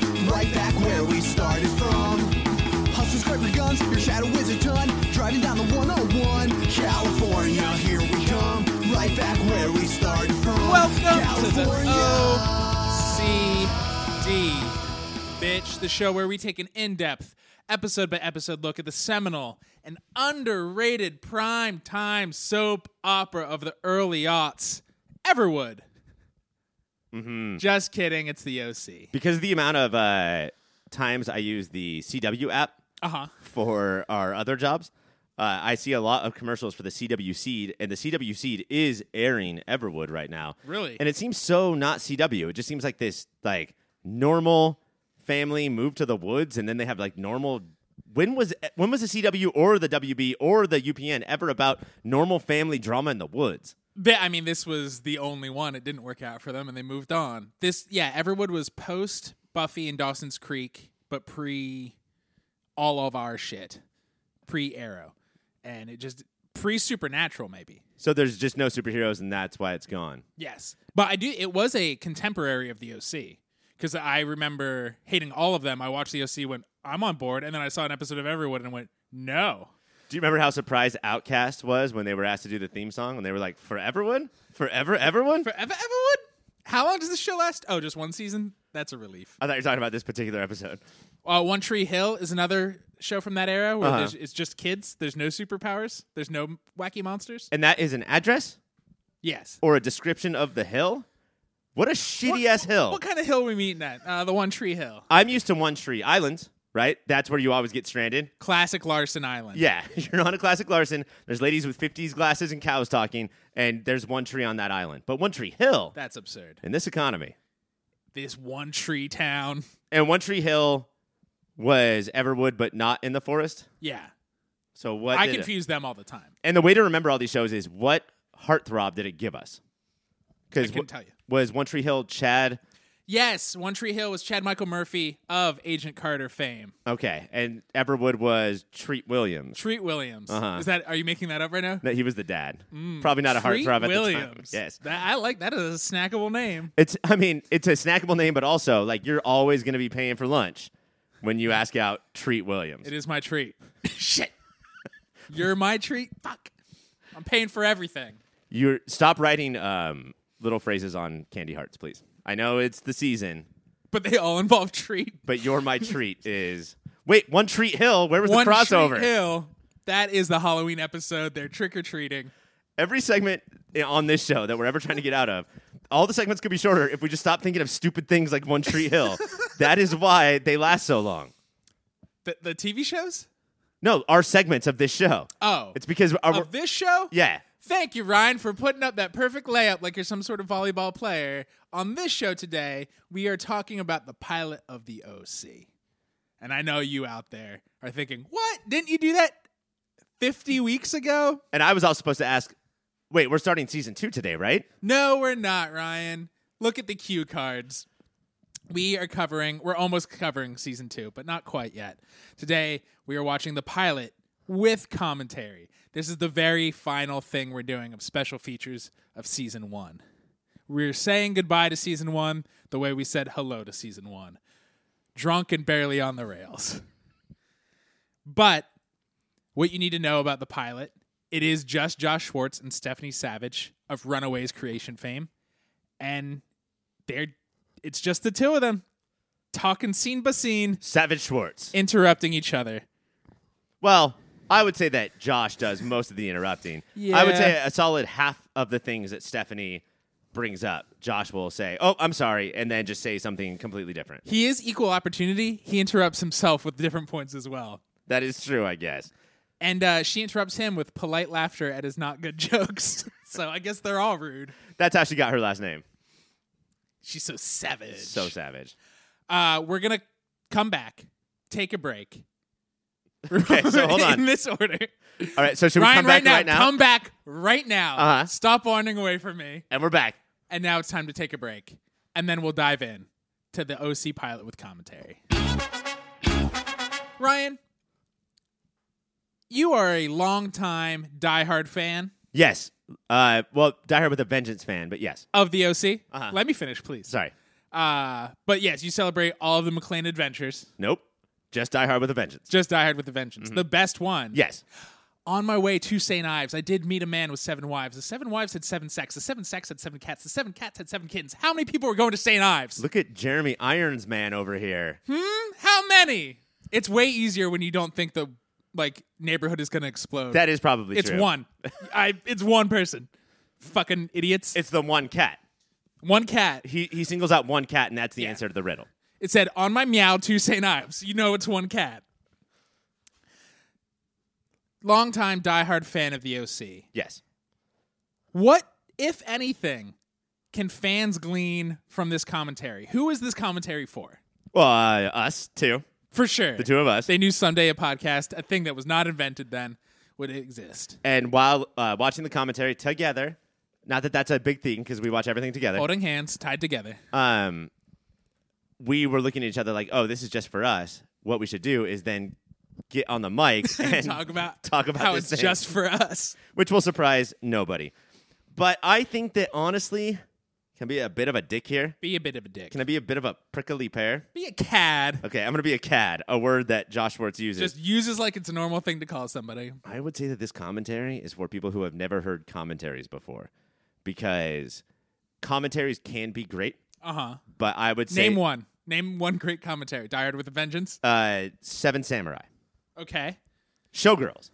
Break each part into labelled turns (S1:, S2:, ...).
S1: back where we started from. Hustle, scrape your guns, your shadow is a ton. Driving down the 101, California, here we come. Right back where we started from.
S2: Welcome to
S1: California.
S2: the OCD, bitch, the show where we take an in depth, episode by episode look at the seminal and underrated prime time soap opera of the early aughts, Everwood. Just kidding, it's the OC.
S3: because the amount of uh, times I use the CW app
S2: Uh huh.
S3: for our other jobs, uh, I see a lot of commercials for the CW Seed, and the CW Seed is airing Everwood right now.
S2: Really?
S3: And it seems so not CW. It just seems like this like normal family move to the woods, and then they have like normal. When was when was the CW or the WB or the UPN ever about normal family drama in the woods?
S2: But, I mean, this was the only one. It didn't work out for them, and they moved on. This, yeah, Everwood was post Buffy and Dawson's Creek, but pre all of our shit, pre Arrow, and it just pre Supernatural, maybe.
S3: So there's just no superheroes, and that's why it's gone.
S2: Yes, but I do. It was a contemporary of the OC because I remember hating all of them. I watched the OC when I'm on board, and then I saw an episode of Everwood and went, no.
S3: Do you remember how surprised Outcast was when they were asked to do the theme song? And they were like, "Forever one, forever everyone."
S2: Forever Everwood? How long does this show last? Oh, just one season? That's a relief.
S3: I thought you were talking about this particular episode.
S2: Uh, One Tree Hill is another show from that era where
S3: Uh-huh.
S2: there's, it's just kids. There's no superpowers. There's no m- wacky monsters.
S3: And that is an address
S2: Yes.
S3: or a description of the hill. What a shitty ass hill!
S2: What kind of hill we meeting at? Uh, the One Tree Hill.
S3: I'm used to One Tree Island, right? That's where you always get stranded.
S2: Classic Larson Island.
S3: Yeah, you're on a classic Larson. There's ladies with 50s glasses and cows talking, and there's one tree on that island. But One Tree Hill
S2: That's absurd.
S3: in this economy,
S2: This One Tree Town.
S3: and One Tree Hill was Everwood, but not in the forest.
S2: Yeah.
S3: So what?
S2: I
S3: did it-
S2: confuse them all the time.
S3: And the way to remember all these shows is what heartthrob did it give us?
S2: I
S3: Because
S2: couldn't tell you.
S3: was One Tree Hill Chad?
S2: Yes, One Tree Hill was Chad Michael Murphy of Agent Carter fame.
S3: Okay, and Everwood was Treat Williams.
S2: Treat Williams.
S3: Uh-huh.
S2: Is that? Are you making that up right now?
S3: That he was the dad. Probably not a
S2: Mm. Treat
S3: heartthrob at
S2: Williams.
S3: the time. Yes,
S2: That, I like that is a snackable name.
S3: it's. I mean, it's a snackable name, but also like you're always going to be paying for lunch when you ask out Treat Williams.
S2: It is my treat. Shit. You're my treat. Fuck. I'm paying for everything.
S3: You stop writing um, little phrases on candy hearts, please. I know it's the season,
S2: But they all involve treat.
S3: but you're my treat is. Wait, One Treat Hill. Where was
S2: One
S3: the crossover?
S2: Treat Hill. That is the Halloween episode. They're trick or treating.
S3: every segment on this show that we're ever trying to get out of, all the segments could be shorter if we just stop thinking of stupid things like One Tree Hill. that is why they last so long.
S2: The, the TV shows?
S3: No, our segments of this show.
S2: Oh.
S3: It's because our,
S2: Of this show?
S3: yeah,
S2: Thank you, Ryan, for putting up that perfect layup like you're some sort of volleyball player. On this show today, we are talking about the pilot of the OC. And I know you out there are thinking, what? Didn't you do that 50 weeks ago?
S3: and I was also supposed to ask. Wait, we're starting season two today, right?
S2: No, we're not, Ryan. Look at the cue cards. We are covering, we're almost covering season two, but not quite yet. Today, we are watching the pilot with commentary. This is the very final thing we're doing of special features of season one. We're saying goodbye to season one the way we said hello to season one drunk and barely on the rails. But what you need to know about the pilot, it is just Josh Schwartz and Stephanie Savage of Runaways creation fame, and they're it's just the two of them talking scene by scene,
S3: Savage Schwartz.
S2: interrupting each other.
S3: Well, I would say that Josh does most of the interrupting. I would
S2: Yeah.
S3: say a solid half of the things that Stephanie brings up, Josh will say, "Oh, I'm sorry," and then just say something completely different.
S2: He is equal opportunity. He interrupts himself with different points as well.
S3: That is true, I guess.
S2: And uh, she interrupts him with polite laughter at his not good jokes. so I guess they're all rude.
S3: That's how she got her last name.
S2: She's so savage.
S3: So savage.
S2: Uh, we're gonna come back, take a break.
S3: Okay, so hold
S2: In
S3: on.
S2: this order,
S3: All right, so should we
S2: Ryan,
S3: come
S2: right
S3: back
S2: now,
S3: right now?
S2: come back right now.
S3: Uh-huh.
S2: Stop wandering away from me.
S3: and we're back.
S2: And now it's time to take a break, and then we'll dive in to the OC pilot with commentary. Ryan, you are a longtime diehard fan
S3: Yes. Uh, well, Die Hard with a Vengeance fan, but yes.
S2: of the OC.
S3: Uh-huh.
S2: Let me finish, please.
S3: Sorry.
S2: Uh, but yes, you celebrate all of the McLean adventures.
S3: Nope. Just Die Hard with a Vengeance.
S2: Just Die Hard with a Vengeance,
S3: Mm-hmm.
S2: the best one.
S3: Yes.
S2: On my way to St. Ives, I did meet a man with seven wives. The seven wives had seven sacks. The seven sacks had seven cats. The seven cats had seven kittens. How many people were going to St. Ives?
S3: Look at Jeremy Irons Man over here.
S2: Hmm. How many? It's way easier when you don't think the like neighborhood is going to explode.
S3: That is probably
S2: it's
S3: true.
S2: one. I it's one person. Fucking idiots.
S3: It's the one cat.
S2: one cat.
S3: He he singles out one cat, and that's the answer to the riddle.
S2: It said, "On my meow to St. Ives." You know, it's one cat. Longtime diehard fan of the OC.
S3: Yes.
S2: What, if anything, can fans glean from this commentary? Who is this commentary for?
S3: Well, uh, us too.
S2: For sure,
S3: The two of us.
S2: They knew someday a podcast, a thing that was not invented then, would exist.
S3: and while uh, watching the commentary together, not that that's a big thing because we watch everything together.
S2: Holding hands, tied together.
S3: um, we were looking at each other like, "Oh, this is just for us." What we should do is then get on the mic and
S2: talk about
S3: talk about
S2: how
S3: this
S2: it's
S3: thing.
S2: just for us.
S3: which will surprise nobody. But I think that honestly, can be a bit of a dick here.
S2: Be a bit of a dick.
S3: Can I be a bit of a prickly pear?
S2: Be a cad.
S3: Okay, I'm gonna be a cad, a word that Josh Schwartz uses.
S2: Just uses like it's a normal thing to call somebody.
S3: I would say that this commentary is for people who have never heard commentaries before, because commentaries can be great.
S2: Uh huh.
S3: But I would say
S2: Name one. Name one great commentary. Die Hard with a Vengeance.
S3: Uh, Seven Samurai,
S2: Okay.
S3: Showgirls,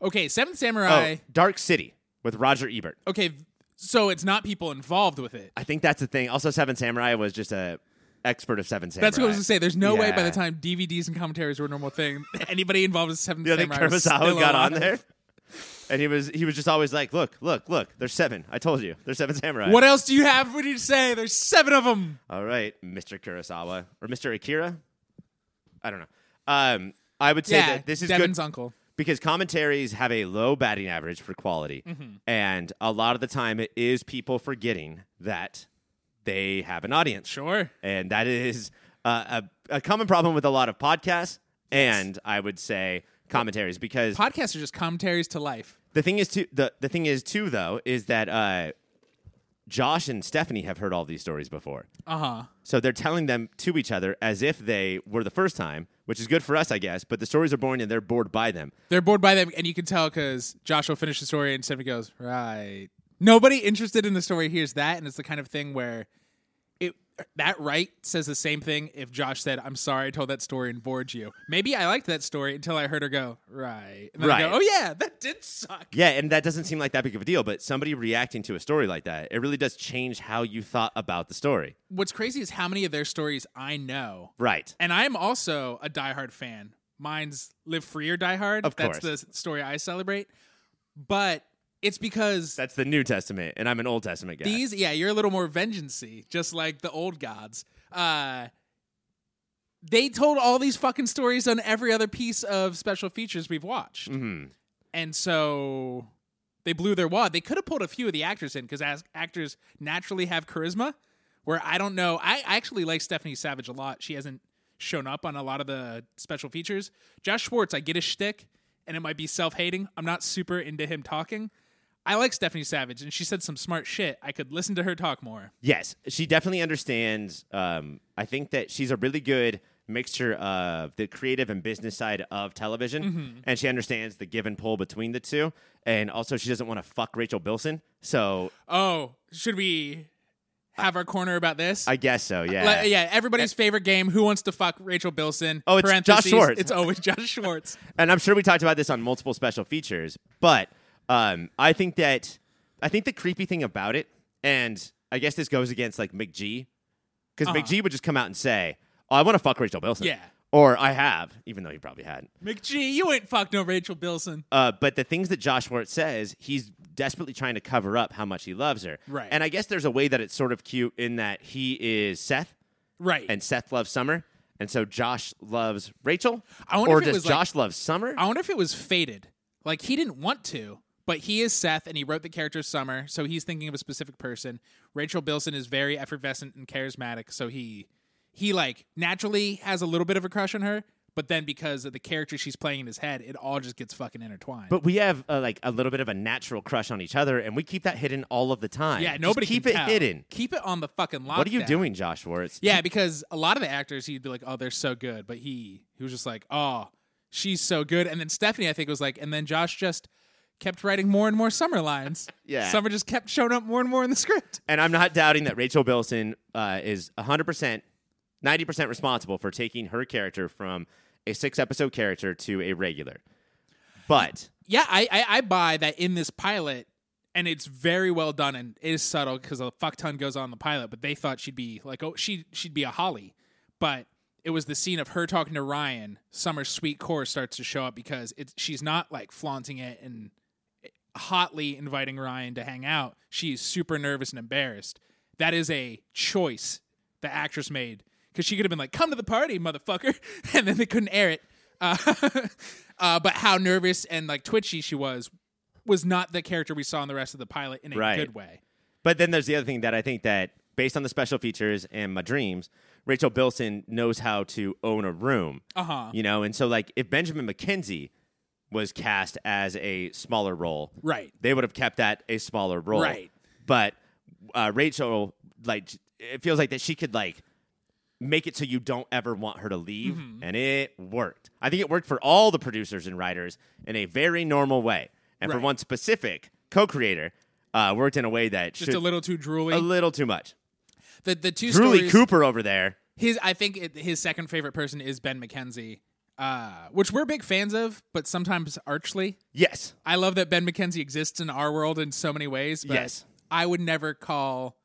S2: Okay. Seventh
S3: oh,
S2: Samurai.
S3: Dark City with Roger Ebert.
S2: Okay. So it's not people involved with it.
S3: I think that's the thing. Also, Seven Samurai was just a expert of Seven Samurai.
S2: That's what I was going to say. There's no way by
S3: Yeah.
S2: the time DVDs and commentaries were a normal thing, anybody involved with Seventh
S3: You know, I think
S2: Samurai was still
S3: Kurosawa got on
S2: alive.
S3: there, and he was he was just always like, "Look, look, look! There's seven. I told you, there's seven samurai."
S2: What else do you have? What do you say? There's seven of them.
S3: All right, Mr. Kurosawa or Mr. Akira? I don't know. Um, I would say
S2: yeah.
S3: that this is
S2: Devin's
S3: good
S2: uncle.
S3: because commentaries have a low batting average for quality,
S2: Mm-hmm.
S3: and a lot of the time it is people forgetting that they have an audience.
S2: Sure.
S3: And that is uh, a, a common problem with a lot of podcasts, and I would say commentaries because
S2: Podcasts are just commentaries to life.
S3: the thing is too the, the thing is too though is that uh, Josh and Stephanie have heard all these stories before.
S2: Uh huh.
S3: So they're telling them to each other as if they were the first time, which is good for us, I guess. But the stories are boring and they're bored by them.
S2: They're bored by them, and you can tell because Josh will finish the story, and Stephanie goes, "Right." Nobody interested in the story hears that, and it's the kind of thing where it that right says the same thing. If Josh said, "I'm sorry, I told that story and bored you," maybe I liked that story until I heard her go, "Right," and then I go,
S3: Right.
S2: "Oh yeah, that did suck."
S3: Yeah, and that doesn't seem like that big of a deal. But somebody reacting to a story like that, it really does change how you thought about the story.
S2: What's crazy is how many of their stories I know,
S3: Right.
S2: and I'm also a diehard fan. Mine's "Live Free or Die Hard."
S3: Of
S2: That's
S3: course.
S2: the story I celebrate, but it's because
S3: That's the New Testament, and I'm an Old Testament guy.
S2: These, yeah, you're a little more vengeancey, just like the old gods. Uh, they told all these fucking stories on every other piece of special features we've watched,
S3: Mhm.
S2: and so they blew their wad. They could have pulled a few of the actors in because as actors naturally have charisma. Where I don't know, I, I actually like Stephanie Savage a lot. She hasn't shown up on a lot of the special features. Josh Schwartz, I get his shtick, and it might be self-hating. I'm not super into him talking. I like Stephanie Savage, and she said some smart shit. I could listen to her talk more.
S3: Yes, she definitely understands. Um, I think that she's a really good mixture of the creative and business side of television,
S2: Mm-hmm.
S3: and she understands the give and pull between the two. And also, she doesn't want to fuck Rachel Bilson, so
S2: Oh, should we have our corner about this?
S3: I guess so. Yeah,
S2: Like, yeah, everybody's favorite game. Who wants to fuck Rachel Bilson?
S3: Oh, it's Josh
S2: Parentheses,
S3: Schwartz.
S2: It's always Josh Schwartz.
S3: and I'm sure we talked about this on multiple special features, but um, I think that I think the creepy thing about it, and I guess this goes against like McG, because McG would just come out and say, "Oh, I want to fuck Rachel Bilson,"
S2: Uh-huh. Yeah.
S3: or "I have," even though he probably hadn't.
S2: McGee, you ain't fucked no Rachel Bilson.
S3: Uh, but the things that Josh Schwartz says, he's desperately trying to cover up how much he loves her.
S2: Right.
S3: And I guess there's a way that it's sort of cute in that he is Seth,
S2: Right.
S3: and Seth loves Summer, and so Josh loves Rachel.
S2: I wonder
S3: or
S2: if it
S3: does
S2: was like-
S3: Josh love Summer?
S2: I wonder if it was fated. Like he didn't want to, but he is Seth, and he wrote the character Summer, so he's thinking of a specific person. Rachel Bilson is very effervescent and charismatic, so he he like naturally has a little bit of a crush on her, but but then because of the character she's playing in his head, it all just gets fucking intertwined.
S3: But we have uh, like a little bit of a natural crush on each other, and we keep that hidden all of the time.
S2: yeah,
S3: Just
S2: nobody
S3: keep
S2: can
S3: it
S2: tell.
S3: hidden.
S2: Keep it on the fucking lockdown.
S3: What are you doing, Josh Schwartz?
S2: Yeah, because a lot of the actors, he'd be like, "Oh, they're so good," but he he was just like, "Oh, she's so good." And then Stephanie, I think, was like, and then Josh just kept writing more and more summer lines.
S3: Yeah.
S2: summer just kept showing up more and more in the script.
S3: And I'm not doubting that Rachel Bilson uh, is 100%, 90% responsible for taking her character from a six episode character to a regular. But
S2: Yeah, I I, I buy that in this pilot. And it's very well done, and it is subtle because a fuck ton goes on in the pilot. But they thought she'd be like, oh, she she'd be a Holly, but it was the scene of her talking to Ryan. Summer's sweet core starts to show up because it's she's not like flaunting it and hotly inviting Ryan to hang out. She's super nervous and embarrassed. That is a choice the actress made because she could have been like, "Come to the party, motherfucker," and then they couldn't air it. Uh, uh, but how nervous and like twitchy she was was not the character we saw in the rest of the pilot in a
S3: Right.
S2: good way.
S3: but then there's the other thing that I think that based on the special features and my dreams, Rachel Bilson knows how to own a room.
S2: Uh-huh.
S3: You know, and so like if Benjamin McKenzie was cast as a smaller role,
S2: Right.
S3: They would have kept that a smaller role,
S2: Right.
S3: But uh, Rachel, like, it feels like that she could like make it so you don't ever want her to leave,
S2: Mm-hmm.
S3: and it worked. I think it worked for all the producers and writers in a very normal way, and for
S2: Right.
S3: one specific co-creator, uh, worked in a way that
S2: Just
S3: should,
S2: a little too drooly.
S3: a little too much.
S2: the the two
S3: Julie
S2: stories.
S3: Cooper over there.
S2: His I think it, his second favorite person is Ben McKenzie, uh, which we're big fans of, but sometimes archly.
S3: Yes,
S2: I love that Ben McKenzie exists in our world in so many ways. But
S3: Yes.
S2: I would never call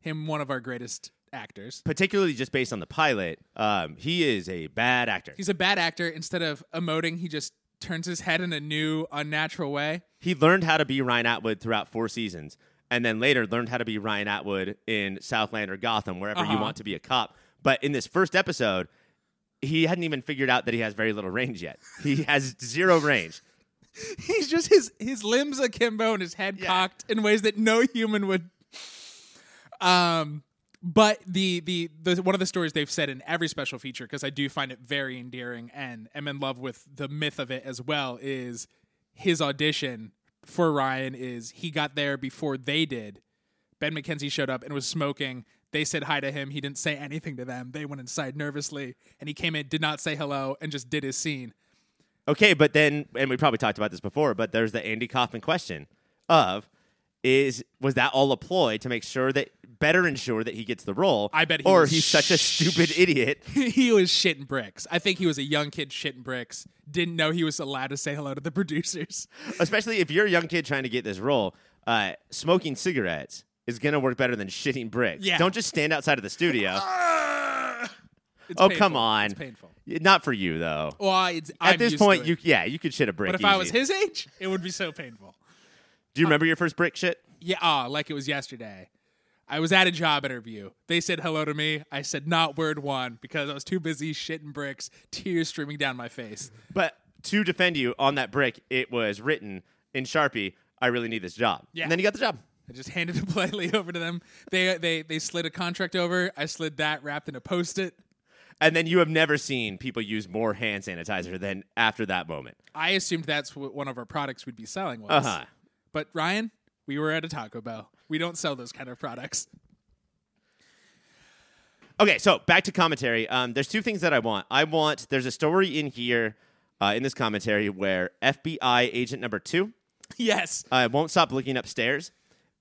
S2: him one of our greatest actors.
S3: particularly just based on the pilot, um, he is a bad actor.
S2: He's a bad actor. Instead of emoting, he just turns his head in a new, unnatural way.
S3: he learned how to be Ryan Atwood throughout four seasons, and then later learned how to be Ryan Atwood in Southland or Gotham, wherever you
S2: Uh-huh.
S3: want to be a cop. But in this first episode, he hadn't even figured out that he has very little range yet. He has zero range.
S2: He's just his his limbs akimbo and his head cocked in ways that no human would. Um, but the the the one of the stories they've said in every special feature because I do find it very endearing and am in love with the myth of it as well is his audition for Ryan is he got there before they did. Ben McKenzie showed up and was smoking. They said hi to him. He didn't say anything to them. They went inside nervously, and he came in, did not say hello, and just did his scene.
S3: Okay, but then, and we probably talked about this before, but there's the Andy Kaufman question of is was that all a ploy to make sure that better ensure that he gets the role?
S2: I bet he
S3: or
S2: was
S3: he's such a stupid idiot.
S2: he was shitting bricks. I think he was a young kid shitting bricks. Didn't know he was allowed to say hello to the producers.
S3: especially if you're a young kid trying to get this role, uh, smoking cigarettes is gonna work better than shitting bricks.
S2: Yeah.
S3: Don't just stand outside of the studio.
S2: It's
S3: oh,
S2: painful.
S3: come on.
S2: It's painful.
S3: Not for you though.
S2: Well, it's,
S3: At
S2: I'm
S3: this
S2: used to
S3: point,
S2: it.
S3: you yeah, you could shit a brick.
S2: But if I
S3: easy.
S2: was his age, it would be so painful.
S3: do you remember your first brick shit?
S2: Yeah, ah, like it was yesterday. I was at a job interview. They said hello to me. I said not word one because I was too busy shitting bricks, tears streaming down my face.
S3: But to defend you on that brick, it was written in Sharpie. I really need this job.
S2: Yeah.
S3: And then you got the job.
S2: I just handed it politely over to them. They they they slid a contract over. I slid that wrapped in a post-it.
S3: And then you have never seen people use more hand sanitizer than after that moment.
S2: I assumed that's what one of our products we'd be selling was.
S3: Uh-huh.
S2: But Ryan, we were at a Taco Bell. We don't sell those kind of products.
S3: Okay, so back to commentary. Um, there's two things that I want. I want there's a story in here, uh, in this commentary where FBI agent number two
S2: yes.
S3: uh, won't stop looking upstairs,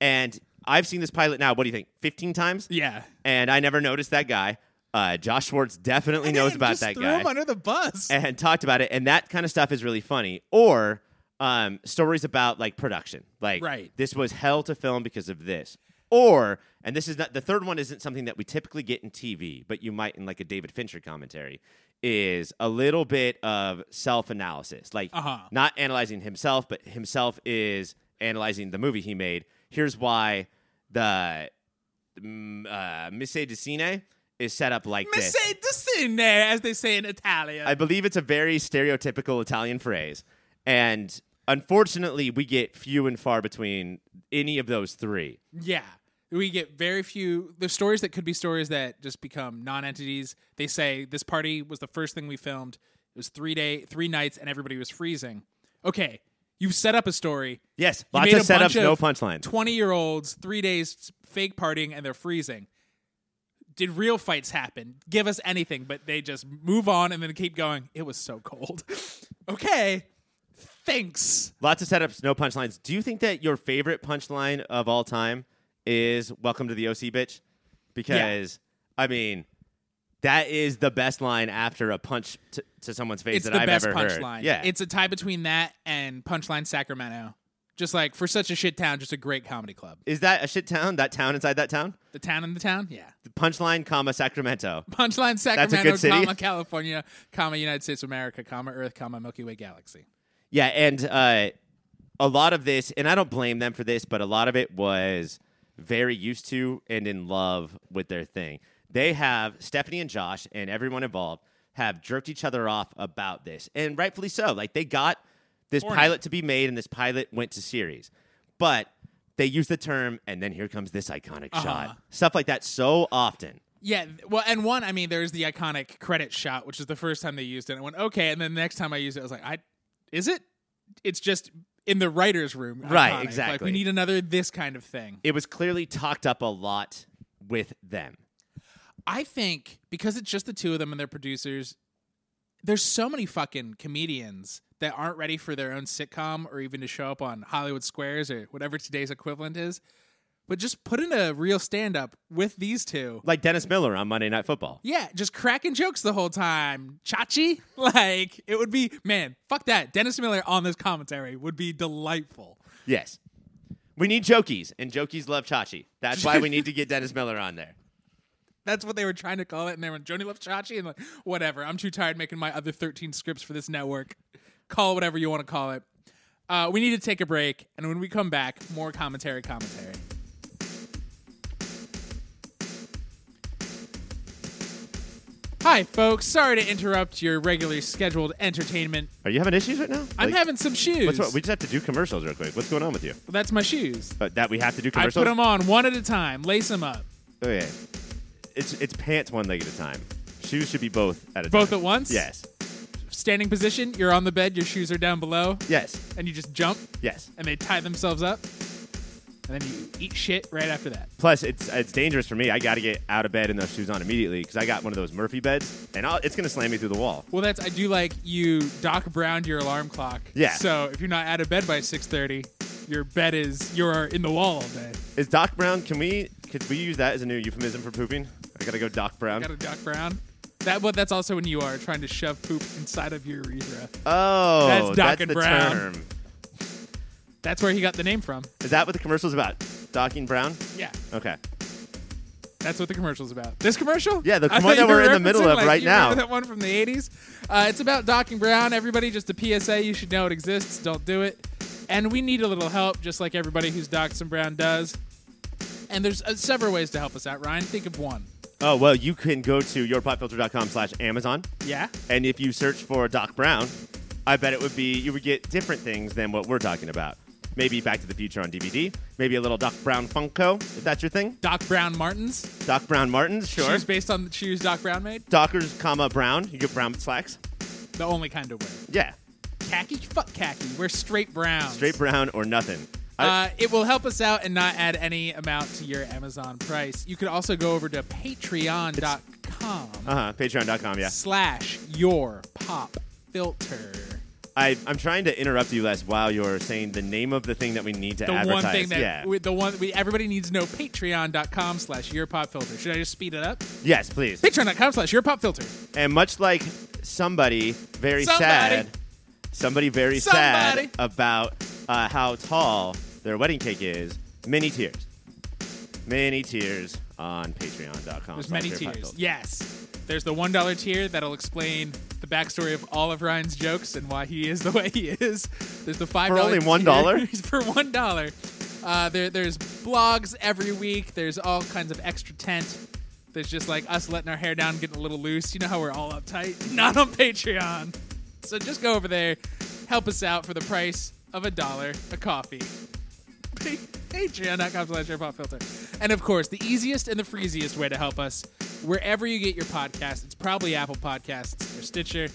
S3: and I've seen this pilot now. What do you think? 15 times,
S2: Yeah.
S3: and I never noticed that guy. Uh, Josh Schwartz definitely knows about
S2: Just
S3: that
S2: threw
S3: guy
S2: him under the bus.
S3: and talked about it, and that kind of stuff is really funny. Or um, stories about like production, like
S2: Right.
S3: this was hell to film because of this. Or and this is not the third one isn't something that we typically get in TV, but you might in like a David Fincher commentary is a little bit of self analysis, like
S2: Uh-huh.
S3: not analyzing himself, but himself is analyzing the movie he made. Here's why the mm, uh, Misse de Cine is set up like this.
S2: Mercedes as they say in Italian.
S3: I believe it's a very stereotypical Italian phrase. And unfortunately, we get few and far between any of those three.
S2: yeah. we get very few the stories that could be stories that just become non-entities they say this party was the first thing we filmed it was three day three nights and everybody was freezing okay you've set up a story
S3: Yes,
S2: You
S3: lots
S2: made
S3: of
S2: a bunch
S3: setups, no punchline.
S2: 20 year olds three days fake partying and they're freezing did real fights happen give us anything but they just move on and then keep going it was so cold okay thanks
S3: Lots of setups, no punchlines. Do you think that your favorite punchline of all time is "Welcome to the OC, bitch"? Because I mean, that is the best line after a punch t- to someone's face
S2: it's
S3: that
S2: the
S3: I've
S2: best
S3: ever heard.
S2: punchline.
S3: Yeah,
S2: it's a tie between that and punchline Sacramento. Just like for such a shit town, just a great comedy club.
S3: is that a shit town? That town inside that town?
S2: The town in the town, yeah.
S3: The punchline, comma Sacramento.
S2: Punchline
S3: a
S2: Sacramento,
S3: good city.
S2: comma California, comma United States of America, comma Earth, comma Milky Way galaxy.
S3: Yeah, and uh, a lot of this, and I don't blame them for this, but a lot of it was very used to and in love with their thing. They have Stephanie and Josh and everyone involved have jerked each other off about this, and rightfully so. Like they got this
S2: Horny.
S3: pilot to be made, and this pilot went to series, but they use the term, and then here comes this iconic shot, stuff like that, so often.
S2: Yeah, th- well, and one, I mean, there's the iconic credit shot, which is the first time they used it. And I went, okay. And then the next time I used it, I was like, I is it? It's just in the writer's room.
S3: Right,
S2: iconic. Like,
S3: exactly.
S2: we need another this kind of thing.
S3: It was clearly talked up a lot with them.
S2: I think because it's just the two of them and their producers, there's so many fucking comedians that aren't ready for their own sitcom or even to show up on Hollywood Squares or whatever today's equivalent is. But just put in a real stand up with these two.
S3: Like Dennis Miller on Monday Night Football.
S2: Yeah, just cracking jokes the whole time. Chachi? Like, it would be, man, fuck that. Dennis Miller on this commentary would be delightful.
S3: Yes. We need jokies, and jokies love Chachi. That's why we need to get Dennis Miller on there.
S2: That's what they were trying to call it. And they went, Joni loves Chachi. And like, whatever. I'm too tired making my other 13 scripts for this network. Call it whatever you want to call it. Uh, we need to take a break. And when we come back, more commentary, commentary. Hi, folks. Sorry to interrupt your regularly scheduled entertainment.
S3: Are you having issues right now?
S2: I'm
S3: Like,
S2: having some shoes.
S3: What's wrong? We just have to do commercials real quick. What's going on with you?
S2: That's my shoes.
S3: Uh, that we have to do
S2: I
S3: commercials.
S2: put them on one at a time, lace them up.
S3: Okay. Oh, It's it's pants one leg at a time. Shoes should be both at a time.
S2: Both at once?
S3: Yes.
S2: Standing position, you're on the bed, your shoes are down below,
S3: Yes.
S2: and you just jump.
S3: Yes.
S2: and they tie themselves up, and then you eat shit right after that.
S3: Plus, it's it's dangerous for me. I got to get out of bed and those shoes on immediately because I got one of those Murphy beds, and I'll, it's gonna slam me through the wall.
S2: Well, that's I do like you Doc Brown your alarm clock.
S3: Yeah.
S2: So if you're not out of bed by six thirty, your bed is you're in the wall all day.
S3: Is Doc Brown? Can we could we use that as a new euphemism for pooping? I gotta go Doc Brown.
S2: Got a Doc Brown. That but that's also when you are trying to shove poop inside of your urethra.
S3: oh,
S2: That's Doc and
S3: the
S2: Brown.
S3: term.
S2: That's where he got the name from.
S3: Is that what the commercial's about? Docking Brown?
S2: Yeah.
S3: Okay.
S2: That's what the commercial's about. This commercial?
S3: Yeah, the
S2: I
S3: one
S2: thought
S3: that
S2: you
S3: we're in the
S2: referencing,
S3: middle of
S2: like,
S3: right
S2: you remember
S3: now.
S2: That one from the '80s. Uh, it's about Docking Brown. Everybody, just a PSA: you should know it exists. Don't do it. And we need a little help, just like everybody who's Docs and Brown does. And there's uh, several ways to help us out, Ryan. Think of one.
S3: Oh, well, you can go to yourpopfilter.com slash Amazon.
S2: Yeah.
S3: And if you search for Doc Brown, I bet it would be, you would get different things than what we're talking about. Maybe Back to the Future on DVD. Maybe a little Doc Brown Funko, if that's your thing.
S2: Doc Brown Martins.
S3: Doc Brown Martins, sure.
S2: Shoes based on the shoes Doc Brown made.
S3: Dockers, comma, Brown. You get brown slacks.
S2: The only kind of wear.
S3: Yeah.
S2: Khaki? Fuck khaki. We're straight brown.
S3: Straight brown or nothing. I-
S2: Uh, it will help us out and not add any amount to your Amazon price. You can also go over to patreon.com
S3: uh-huh. Patreon.com, yeah.
S2: slash your pop filter.
S3: I, I'm trying to interrupt you, Les, while you're saying the name of the thing that we need to
S2: The
S3: advertise.
S2: one thing that
S3: yeah.
S2: we, the one we, everybody needs to know patreon.com slash your pop filter. Should I just speed it up?
S3: yes, please.
S2: Patreon.com slash your pop filter.
S3: And much like somebody very
S2: Somebody.
S3: sad, somebody very
S2: Somebody.
S3: sad about uh, how tall their wedding cake is, many tears. Many tears on patreon.com.
S2: There's
S3: slash
S2: many
S3: Your Pop
S2: tiers.
S3: Filter.
S2: Yes. There's the one dollar tier that'll explain the backstory of all of Ryan's jokes and why he is the way he is. There's the five
S3: only $1?
S2: tier for one dollar. Uh, there, there's blogs every week. There's all kinds of extra tent. There's just like us letting our hair down, getting a little loose. You know how we're all uptight. Not on Patreon. So just go over there, help us out for the price of a dollar a coffee. Patreon.com slash air pop filter. And of course, the easiest and the freeziest way to help us, wherever you get your podcast, it's probably Apple Podcasts or Stitcher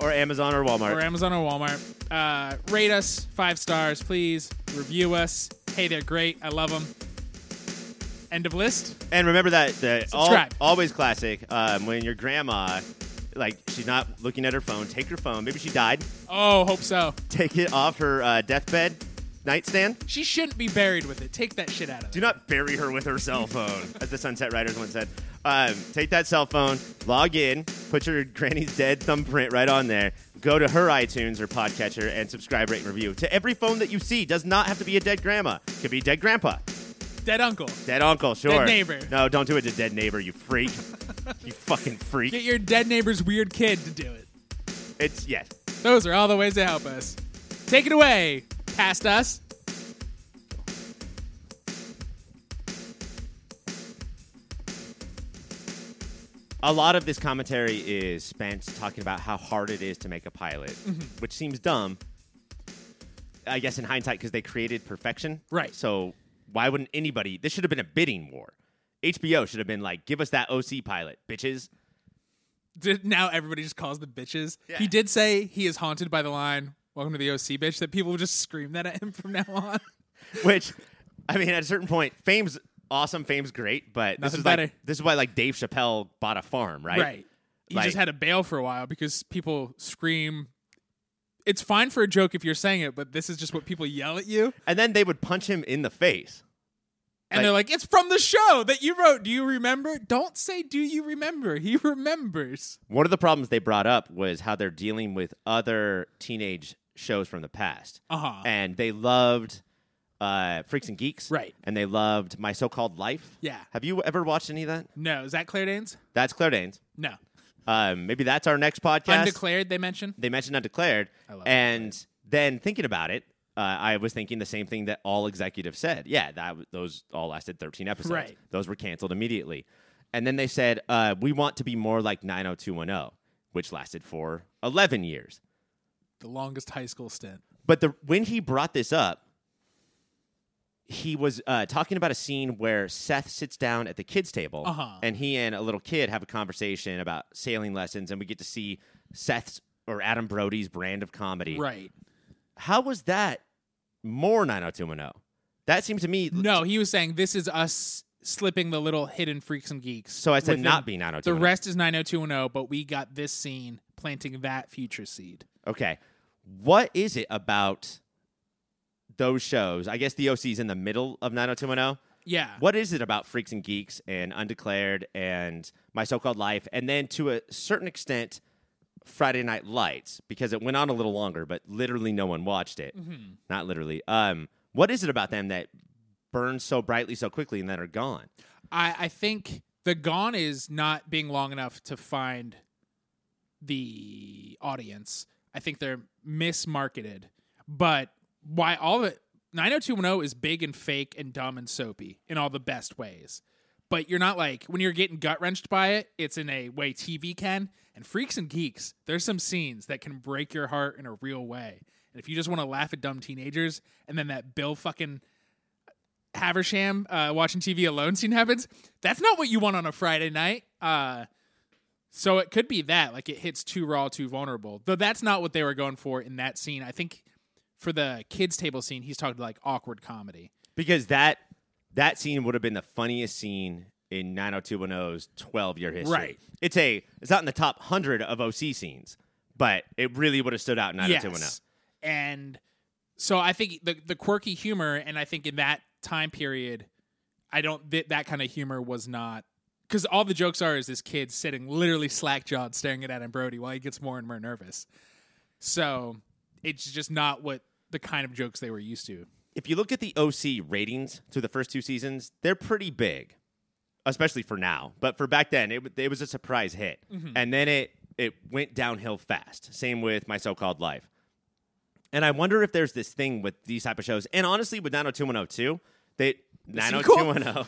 S3: Or Amazon or Walmart.
S2: or Amazon or Walmart. Uh, rate us five stars, please. Review us. Hey, they're great. I love them. End of list.
S3: And remember that the all,
S2: Subscribe.
S3: always classic um, when your grandma, like she's not looking at her phone, take her phone. Maybe she died.
S2: Oh, hope so.
S3: Take it off her uh, deathbed nightstand.
S2: She shouldn't be buried with it. Take that shit out of
S3: Do
S2: it.
S3: not bury her with her cell phone, as the Sunset Riders once said. Um, take that cell phone, log in, put your granny's dead thumbprint right on there. Go to her iTunes or podcatcher and subscribe, rate, and review to every phone that you see. Does not have to be a dead grandma. Could be dead grandpa,
S2: Dead uncle.
S3: dead uncle, sure.
S2: neighbor.
S3: No, don't do it to dead neighbor. You freak. you fucking freak.
S2: Get your dead neighbor's weird kid to do it.
S3: It's yes.
S2: Those are all the ways to help us. Take it away, past us.
S3: A lot of this commentary is Spence talking about how hard it is to make a pilot,
S2: Mm-hmm.
S3: which seems dumb. I guess in hindsight, because they created perfection.
S2: Right.
S3: So why wouldn't anybody? This should have been a bidding war. HBO should have been like, give us that OC pilot, bitches.
S2: Did- Now everybody just calls the bitches.
S3: Yeah.
S2: He did say he is haunted by the line, Welcome to the OC, bitch, that people will just scream that at him from now on.
S3: Which, I mean, at a certain point, fame's awesome, fame's great, but this
S2: Nothing
S3: is
S2: better.
S3: like this is why like Dave Chappelle bought a farm, right?
S2: Right. He
S3: Like-
S2: just had a bail for a while because people scream. It's fine for a joke if you're saying it, but this is just what people yell at you.
S3: And then they would punch him in the face.
S2: And they're like, it's from the show that you wrote. Do you remember? Don't say, do you remember? He remembers.
S3: One of the problems they brought up was how they're dealing with other teenage shows from the past.
S2: Uh-huh.
S3: And they loved uh, Freaks and Geeks.
S2: Right.
S3: And they loved My So Called Life.
S2: Yeah.
S3: Have you ever watched any of that?
S2: No. Is that Claire Danes?
S3: That's Claire Danes.
S2: No.
S3: Um, maybe that's our next podcast.
S2: Undeclared, they mention.
S3: they mentioned Undeclared.
S2: I love
S3: and then thinking about it, uh, I was thinking the same thing that all executives said. Yeah, that w- those all lasted 13 episodes.
S2: Right.
S3: Those were canceled immediately. And then they said, uh, we want to be more like 90210, which lasted for 11 years.
S2: The longest high school stint.
S3: But the when he brought this up, he was uh, talking about a scene where Seth sits down at the kids' table,
S2: Uh-huh.
S3: and he and a little kid have a conversation about sailing lessons, and we get to see Seth's or Adam Brody's brand of comedy.
S2: Right.
S3: How was that more 90210? That seems to me.
S2: No, he was saying this is us slipping the little hidden freaks and geeks.
S3: So I said
S2: within-
S3: not be
S2: The
S3: 90210.
S2: rest is 90210, but we got this scene planting that future seed.
S3: Okay. What is it about those shows? I guess the OC is in the middle of 90210.
S2: Yeah.
S3: What is it about Freaks and Geeks and Undeclared and My So Called Life? And then to a certain extent, Friday Night Lights, because it went on a little longer, but literally no one watched it.
S2: Mm-hmm.
S3: Not literally. Um, what is it about them that burn so brightly so quickly and then are gone?
S2: I, I think the gone is not being long enough to find the audience. I think they're mismarketed. But why all oh of it 90210 is big and fake and dumb and soapy in all the best ways. But you're not like when you're getting gut wrenched by it, it's in a way TV can. And freaks and geeks, there's some scenes that can break your heart in a real way. And if you just want to laugh at dumb teenagers and then that Bill fucking Haversham uh, watching TV alone scene happens, that's not what you want on a Friday night. Uh, so it could be that, like it hits too raw, too vulnerable. Though that's not what they were going for in that scene. I think for the kids' table scene, he's talking like awkward comedy.
S3: Because that that scene would have been the funniest scene in 90210's 12 year history.
S2: Right.
S3: It's a it's not in the top 100 of OC scenes, but it really would have stood out in 90210.
S2: Yes. And so I think the the quirky humor, and I think in that time period, I don't that that kind of humor was not because all the jokes are is this kid sitting literally slack jawed staring at Adam Brody while he gets more and more nervous. So it's just not what the kind of jokes they were used to.
S3: if you look at the OC ratings through the first two seasons, they're pretty big, especially for now. But for back then, it, w- it was a surprise hit,
S2: Mm-hmm.
S3: and then it it went downhill fast. Same with my so-called life. And I wonder if there's this thing with these type of shows, and honestly, with 90210 too, they 90210.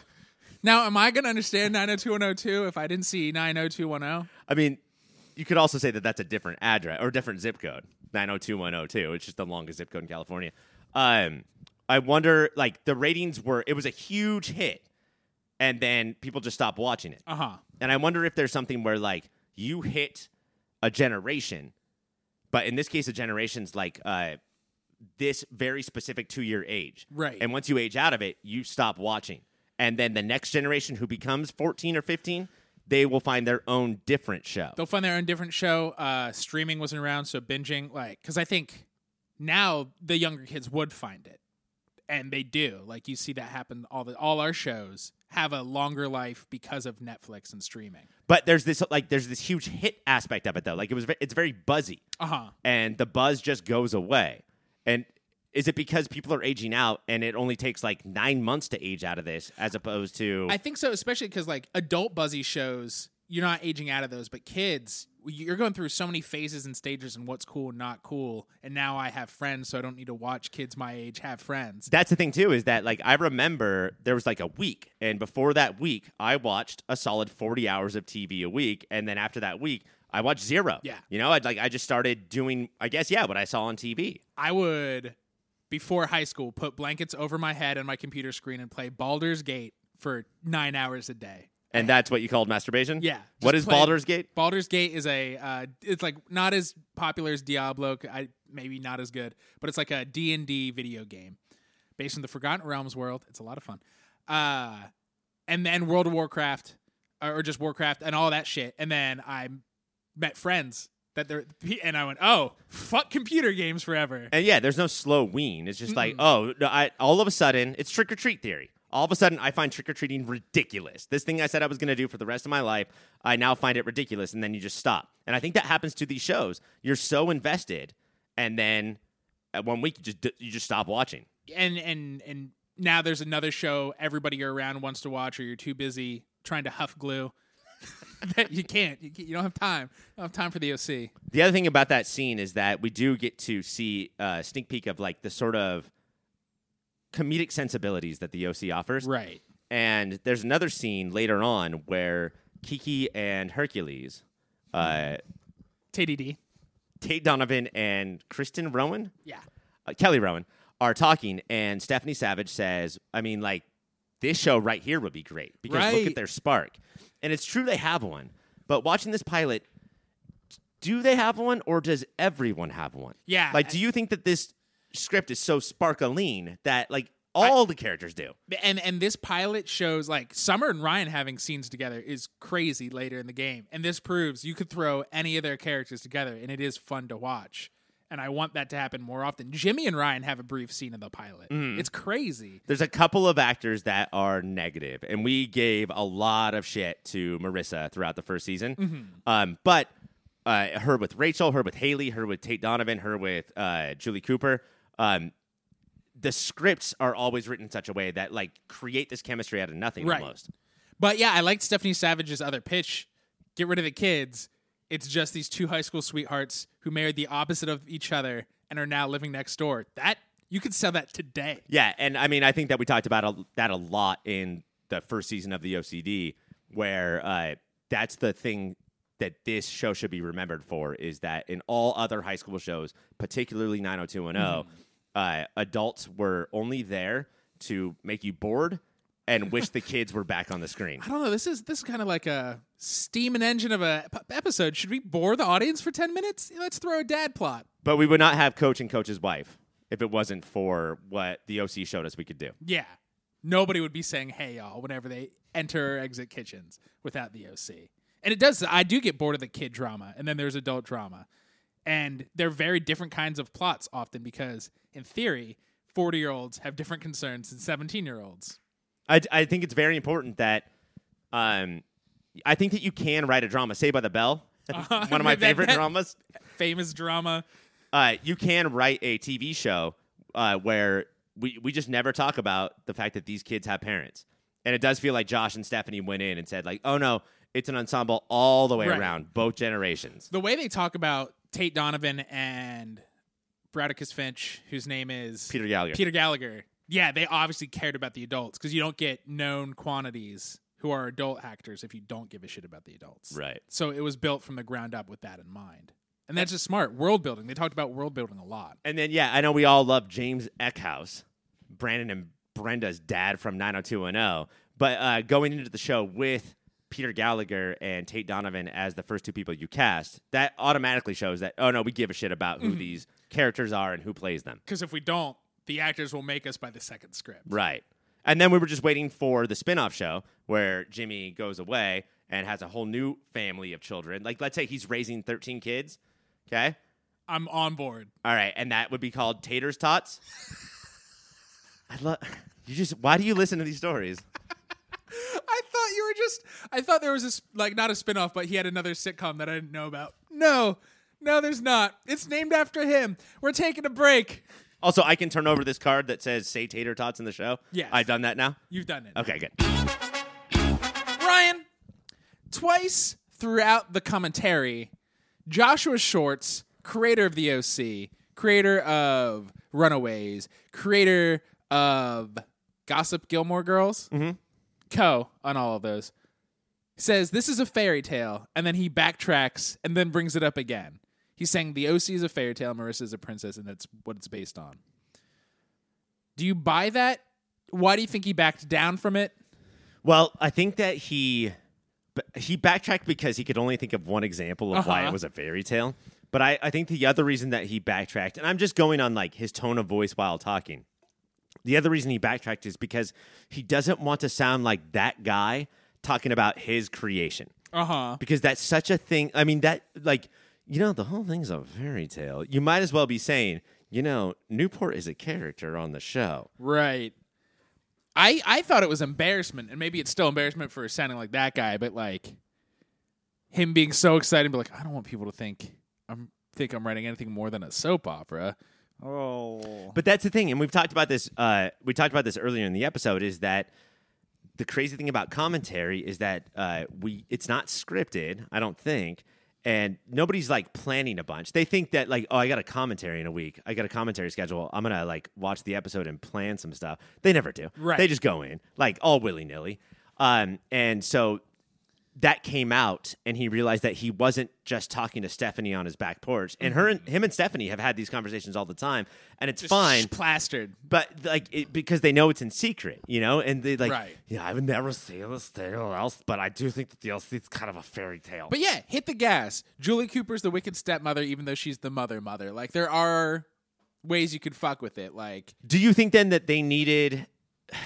S2: Now, am I going to understand 90210 if I didn't see 90210?
S3: I mean, you could also say that that's a different oh address or different zip code, 90210 too. It's just the longest zip code in California. Um, I wonder, like, the ratings were, it was a huge hit, and then people just stopped watching it.
S2: Uh huh.
S3: And I wonder if there's something where, like, you hit a generation, but in this case, a generation's like uh, this very specific two year age.
S2: Right.
S3: And once you age out of it, you stop watching. And then the next generation who becomes 14 or 15, they will find their own different show.
S2: They'll find their own different show. Uh, streaming wasn't around, so binging, like, because I think now the younger kids would find it, and they do. Like, you see that happen. All the all our shows have a longer life because of Netflix and streaming.
S3: But there's this like there's this huge hit aspect of it though. Like it was ve- it's very buzzy,
S2: Uh huh.
S3: and the buzz just goes away. And is it because people are aging out, and it only takes like nine months to age out of this, as opposed to
S2: I think so, especially because like adult buzzy shows, you're not aging out of those, but kids, you're going through so many phases and stages and what's cool and not cool. And now I have friends, so I don't need to watch kids my age have friends.
S3: that's the thing too is that like I remember there was like a week, and before that week, I watched a solid forty hours of TV a week, and then after that week, I watched zero.
S2: Yeah.
S3: you know, I would like I just started doing, I guess, yeah, what I saw on TV.
S2: I would, before high school, put blankets over my head and my computer screen and play Baldur's Gate for nine hours a day.
S3: And that's what you called masturbation.
S2: Yeah.
S3: What
S2: just
S3: is
S2: play-
S3: Baldur's Gate?
S2: Baldur's Gate is a uh, it's like not as popular as Diablo, I maybe not as good, but it's like a D&D video game based in the Forgotten Realms world. It's a lot of fun. Uh and then World of Warcraft or or just Warcraft and all that shit. And then I met friends that they're and I went, "Oh, fuck computer games forever."
S3: And yeah, there's no slow wean. It's just like, oh, no, I, all of a sudden, it's trick or treat theory. All of a sudden, I find trick or treating ridiculous. This thing I said I was going to do for the rest of my life, I now find it ridiculous. And then you just stop. And I think that happens to these shows. You're so invested, and then at one week you just d- you just stop watching.
S2: and and and now there's another show everybody you're around wants to watch or you're too busy trying to huff glue that you can't you, can't- you don't have time you don't have time for the oc
S3: The other thing about that scene is that we do get to see a sneak peek of like the sort of comedic sensibilities that the OC offers.
S2: right
S3: And there's another scene later on where Kiki and Hercules, uh,
S2: tdd
S3: Tate Donovan and Kristen Rowan,
S2: yeah
S3: uh, Kelly Rowan, are talking, and Stephanie Savage says, I mean, like, this show right here would be great because look
S2: Right.
S3: at their spark. And it's true they have one, but watching this pilot, do they have one or does everyone have one?
S2: Yeah,
S3: Like,
S2: I-
S3: do you think that this script is so sparkling that, like, all the characters do?
S2: and and this pilot shows like summer and ryan having scenes together is crazy later in the game and this proves you could throw any of their characters together and it is fun to watch and i want that to happen more often jimmy and ryan have a brief scene in the pilot it's crazy
S3: There's a couple of actors that are negative, and we gave a lot of shit to Marissa throughout the first season. Um, but uh, her with Rachel, her with Haley, her with Tate Donovan, her with uh, Julie Cooper. Um, the scripts are always written in such a way that like create this chemistry out of nothing
S2: Right.
S3: almost.
S2: But yeah, I liked Stephanie Savage's other pitch. Get rid of the kids. It's just these two high school sweethearts who married the opposite of each other and are now living next door. That you could sell that today.
S3: Yeah, and I mean, I think that we talked about a, that a lot in the first season of the OCD, where uh, that's the thing that this show should be remembered for is that in all other high school shows, particularly 90210, uh, adults were only there to make you bored and wish the kids were back on the screen.
S2: I don't know. This is this is kind of like a steam and engine of a p- episode. Should we bore the audience for ten minutes? Let's throw a dad plot.
S3: But we would not have Coach and Coach's wife if it wasn't for what the OC showed us we could do.
S2: Yeah, nobody would be saying "Hey y'all" whenever they enter or exit kitchens without the OC. And it does. I do get bored of the kid drama, and then there's adult drama, and they're very different kinds of plots often because, in theory, forty-year-olds have different concerns than seventeen-year-olds.
S3: I, I think it's very important that um, I think that you can write a drama. Say by the Bell, one of my
S2: Uh-huh. That-
S3: favorite
S2: that-
S3: dramas.
S2: Famous drama.
S3: Uh, you can write a TV show uh, where we we just never talk about the fact that these kids have parents, and it does feel like Josh and Stephanie went in and said like, oh no, it's an ensemble all the way
S2: Right.
S3: around, both generations.
S2: The way they talk about Tate Donovan and Braticus Finch, whose name is
S3: Peter Gallagher.
S2: Peter Gallagher. Yeah, they obviously cared about the adults because you don't get known quantities who are adult actors if you don't give a shit about the adults.
S3: Right.
S2: So it was built from the ground up with that in mind. And that's just smart. World building. They talked about world building a lot.
S3: And then yeah, I know we all love James Eckhouse, Brandon and Brenda's dad from 90210, but uh, going into the show with Peter Gallagher and Tate Donovan as the first two people you cast, that automatically shows that, oh no, we give a shit about who these characters are and who plays them.
S2: Because if we don't, the actors will make us by the second script.
S3: Right. And then we were just waiting for the spin-off show where Jimmy goes away and has a whole new family of children. Like let's say he's raising 13 kids, okay?
S2: I'm on board.
S3: All right, and that would be called Taters Tots. I love you just why do you listen to these stories?
S2: I thought you were just. I thought there was a sp- like not a spinoff, but he had another sitcom that I didn't know about. No, no, there's not. It's named after him. We're taking a break.
S3: Also, I can turn over this card that says say Tater Tots in the show.
S2: Yes.
S3: I've done that now.
S2: You've done it.
S3: Okay, good.
S2: Ryan, twice throughout the commentary, Joshua Shorts, creator of the OC, creator of Runaways, creator of Gossip Gilmore Girls, co on all of those, says this is a fairy tale, and then he backtracks and then brings it up again. He's saying the OC is a fairy tale, Marissa is a princess, and that's what it's based on. Do you buy that? Why do you think he backed down from it?
S3: Well, I think that he but he backtracked because he could only think of one example of why
S2: Uh-huh.
S3: it was a fairy tale. But I, I think the other reason that he backtracked, and I'm just going on like his tone of voice while talking. The other reason he backtracked is because he doesn't want to sound like that guy talking about his creation.
S2: Uh huh.
S3: Because that's such a thing. I mean, that, like, you know, the whole thing's a fairy tale. You might as well be saying, you know, Newport is a character on the show.
S2: Right. I I thought it was embarrassment, and maybe it's still embarrassment for sounding like that guy, but like him being so excited, but like I don't want people to think I'm think I'm writing anything more than a soap opera. Oh,
S3: But that's the thing, and we've talked about this. Uh, we talked about this earlier in the episode. Is that the crazy thing about commentary is that uh, we it's not scripted. I don't think, and nobody's like planning a bunch. They think that like, oh, I got a commentary in a week. I got a commentary schedule. I'm gonna like watch the episode and plan some stuff. They never do.
S2: Right.
S3: They just go in like all willy nilly. Um, and so that came out and he realized that he wasn't just talking to Stephanie on his back porch. And her and him and Stephanie have had these conversations all the time and it's fine,
S2: plastered.
S3: but like it, because they know it's in secret, you know, and they like
S2: Right.
S3: yeah, I would never say this to anyone else, but I do think that the LC is kind of a fairy tale.
S2: But yeah, hit the gas. Julie Cooper's the wicked stepmother, even though she's the mother mother. Like there are ways you could fuck with it. Like
S3: do you think then that they needed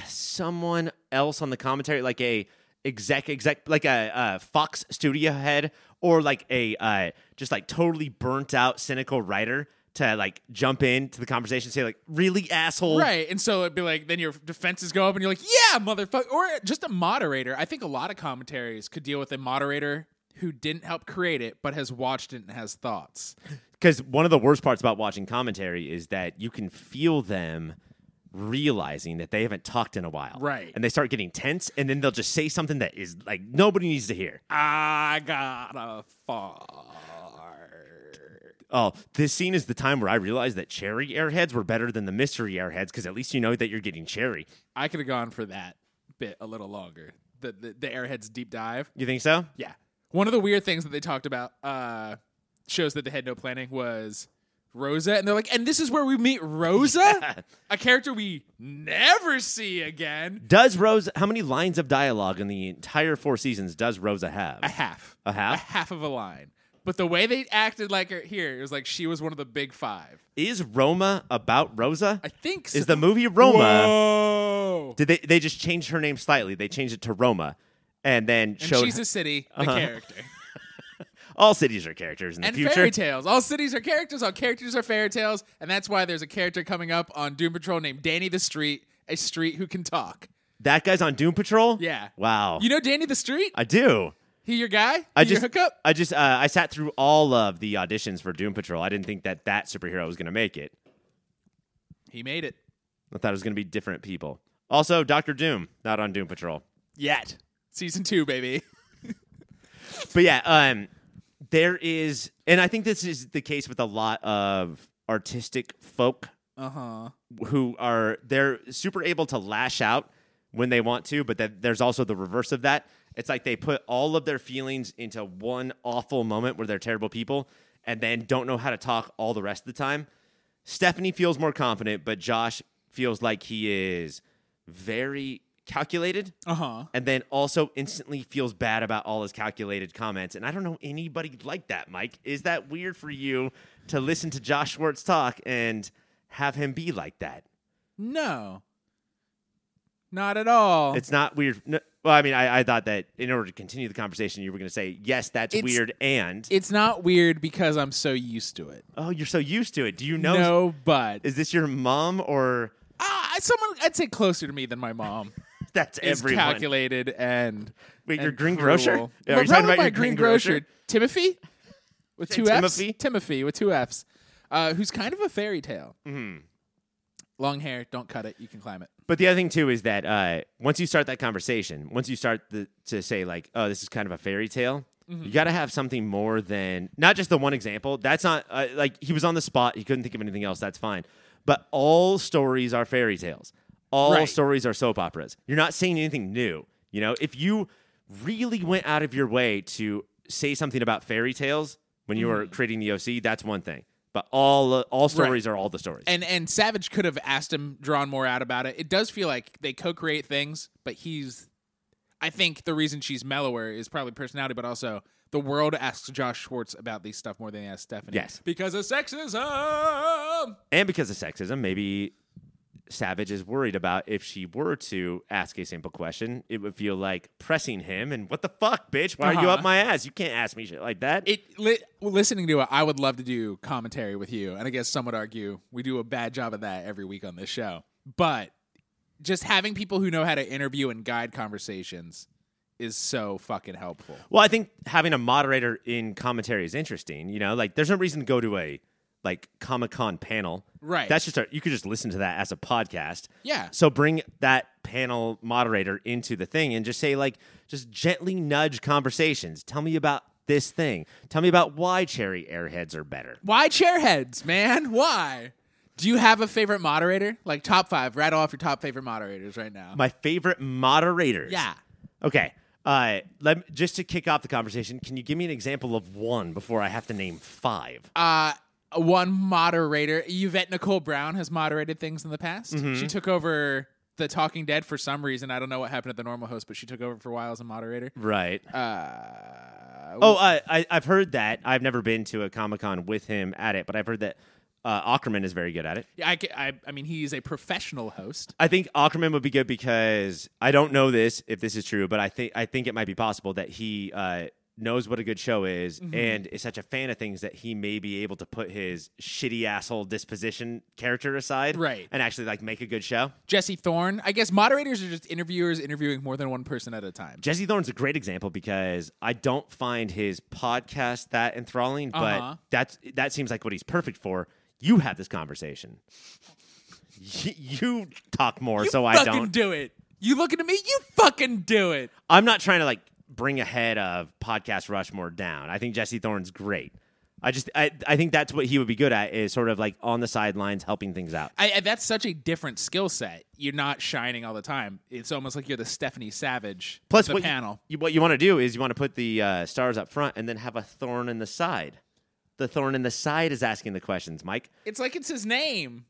S3: someone else on the commentary like a exec exec like a, uh Fox studio head or like a uh, just like totally burnt out cynical writer to like jump into the conversation and say like really asshole
S2: Right. And so it'd be like, then your defenses go up and you're like, yeah, motherfucker. Or just a moderator. I think a lot of commentaries could deal with a moderator who didn't help create it, but has watched it and has thoughts.
S3: Because one of the worst parts about watching commentary is that you can feel them realizing that they haven't talked in a while.
S2: Right.
S3: And they start getting tense, and then they'll just say something that is like nobody needs to hear.
S2: I got a fart.
S3: Oh, this scene is the time where I realized that cherry airheads were better than the mystery airheads because at least you know that you're getting cherry.
S2: I could have gone for that bit a little longer. The, the, the Airheads deep dive.
S3: You think so?
S2: Yeah. One of the weird things that they talked about uh, shows that they had no planning was Rosa. And they're like, and this is where we meet Rosa? a character we never see again.
S3: Does Rose, how many lines of dialogue in the entire four seasons does Rosa have?
S2: A half.
S3: A half?
S2: A half of a line. But the way they acted like her here, it was like she was one of the big five.
S3: Is Roma about Rosa?
S2: I think so.
S3: Is the movie Roma?
S2: Whoa.
S3: Did they? They just changed her name slightly. They changed it to Roma, and then
S2: And
S3: showed
S2: she's a city, the character.
S3: all cities are characters in the
S2: And
S3: Uh-huh. future.
S2: fairy tales. All cities are characters. All characters are fairy tales. And that's why there's a character coming up on Doom Patrol named Danny the Street, a street who can talk.
S3: that guy's on Doom Patrol.
S2: Yeah.
S3: Wow.
S2: You know Danny the Street?
S3: I do.
S2: He your guy?
S3: I
S2: He your
S3: just
S2: hookup?
S3: I just uh, I sat through all of the auditions for Doom Patrol. I didn't think that that superhero was going to make it.
S2: He made it.
S3: I thought it was going to be different people. Also, Doctor Doom not on Doom Patrol.
S2: Yet. Season two, baby.
S3: But yeah, um, there is, and I think this is the case with a lot of artistic folk
S2: Uh-huh.
S3: who are they're super able to lash out when they want to, but then there's also the reverse of that. It's like they put all of their feelings into one awful moment where they're terrible people and then don't know how to talk all the rest of the time. Stephanie feels more confident, but Josh feels like he is very calculated
S2: Uh huh.
S3: and then also instantly feels bad about all his calculated comments. And I don't know anybody like that, Mike. Is that weird for you to listen to Josh Schwartz talk and have him be like that?
S2: No. Not at all.
S3: It's not weird. No, well, I mean, I, I thought that in order to continue the conversation, you were going to say, yes, that's
S2: It's-
S3: weird. And,
S2: It's not weird because I'm so used to it.
S3: oh, you're so used to it. Do you know?
S2: No, but
S3: Is this your mom or
S2: ah, someone I'd say closer to me than my mom
S3: that's
S2: is
S3: everyone?
S2: calculated and
S3: Wait,
S2: and
S3: your green grocer?
S2: cruel.
S3: Are
S2: My
S3: you talking
S2: problem
S3: about
S2: with my
S3: your
S2: green
S3: green
S2: grocer,
S3: grocer?
S2: Timothy, with
S3: Say
S2: two F's,
S3: Timothy?
S2: Timothy with two F's, uh, who's kind of a fairy tale.
S3: Mm-hmm.
S2: Long hair, don't cut it. You can climb it.
S3: But the other thing too is that uh, once you start that conversation, once you start the, to say like, "Oh, this is kind of a fairy tale," you got to have something more than not just the one example. That's not uh, like he was on the spot; he couldn't think of anything else. That's fine. But all stories are fairy tales. All
S2: Right.
S3: stories are soap operas. You're not saying anything new. You know, if you really went out of your way to say something about fairy tales when you were creating the OC, that's one thing. But all uh, all stories are all the stories.
S2: And and Savage could have asked him, drawn more out about it. It does feel like they co-create things, but he's. I think the reason she's mellower is probably personality, but also the world asks Josh Schwartz about these stuff more than they ask Stephanie.
S3: Yes.
S2: because of sexism.
S3: And because of sexism, maybe Savage is worried about if she were to ask a simple question, it would feel like pressing him and what the fuck, bitch? Why are you
S2: Uh-huh.
S3: up my ass? You can't ask me shit like that.
S2: It li- listening to it, I would love to do commentary with you, and I guess some would argue we do a bad job of that every week on this show. But just having people who know how to interview and guide conversations is so fucking helpful.
S3: well, I think having a moderator in commentary is interesting. You know, like there's no reason to go to a like Comic Con panel.
S2: Right.
S3: That's just a, you could just listen to that as a podcast.
S2: Yeah.
S3: So bring that panel moderator into the thing and just say like just gently nudge conversations. Tell me about this thing. Tell me about why cherry airheads are better.
S2: Why chairheads, man? Why? Do you have a favorite moderator? Like top five? Rattle off your top favorite moderators right now.
S3: my favorite moderators.
S2: Yeah.
S3: Okay. Uh, let me- just to kick off the conversation, can you give me an example of one before I have to name five?
S2: uh, one moderator, Yvette Nicole Brown, has moderated things in the past.
S3: Mm-hmm.
S2: She took over the Talking Dead for some reason. I don't know what happened at the normal host, but she took over for a while as a moderator.
S3: right.
S2: Uh,
S3: oh, uh, I, I've heard that. I've never been to a Comic Con with him at it, but I've heard that uh, Ackerman is very good at it.
S2: yeah, I, ca- I, I mean, he's a professional host.
S3: I think Ackerman would be good because I don't know this if this is true, but I think I think it might be possible that he uh, knows what a good show is and is such a fan of things that he may be able to put his shitty asshole disposition character aside,
S2: Right.
S3: and actually like make a good show.
S2: Jesse Thorne. I guess moderators are just interviewers interviewing more than one person at a time.
S3: Jesse Thorne's a great example because I don't find his podcast that enthralling, but
S2: Uh-huh.
S3: that's that seems like what he's perfect for. You have this conversation. Y- you talk more, so I
S2: fucking
S3: don't.
S2: do it. You looking at me? You fucking do it.
S3: I'm not trying to like bring ahead of podcast Rushmore down. I think Jesse Thorne's great. I just I, I think that's what he would be good at is sort of like on the sidelines helping things out.
S2: I, I- that's such a different skill set. You're not shining all the time. It's almost like you're the Stephanie Savage.
S3: Plus,
S2: of the
S3: what you-
S2: panel.
S3: You, what you want to do is you want to put the uh, stars up front and then have a thorn in the side. The thorn in the side is asking the questions, Mike.
S2: It's like it's his name.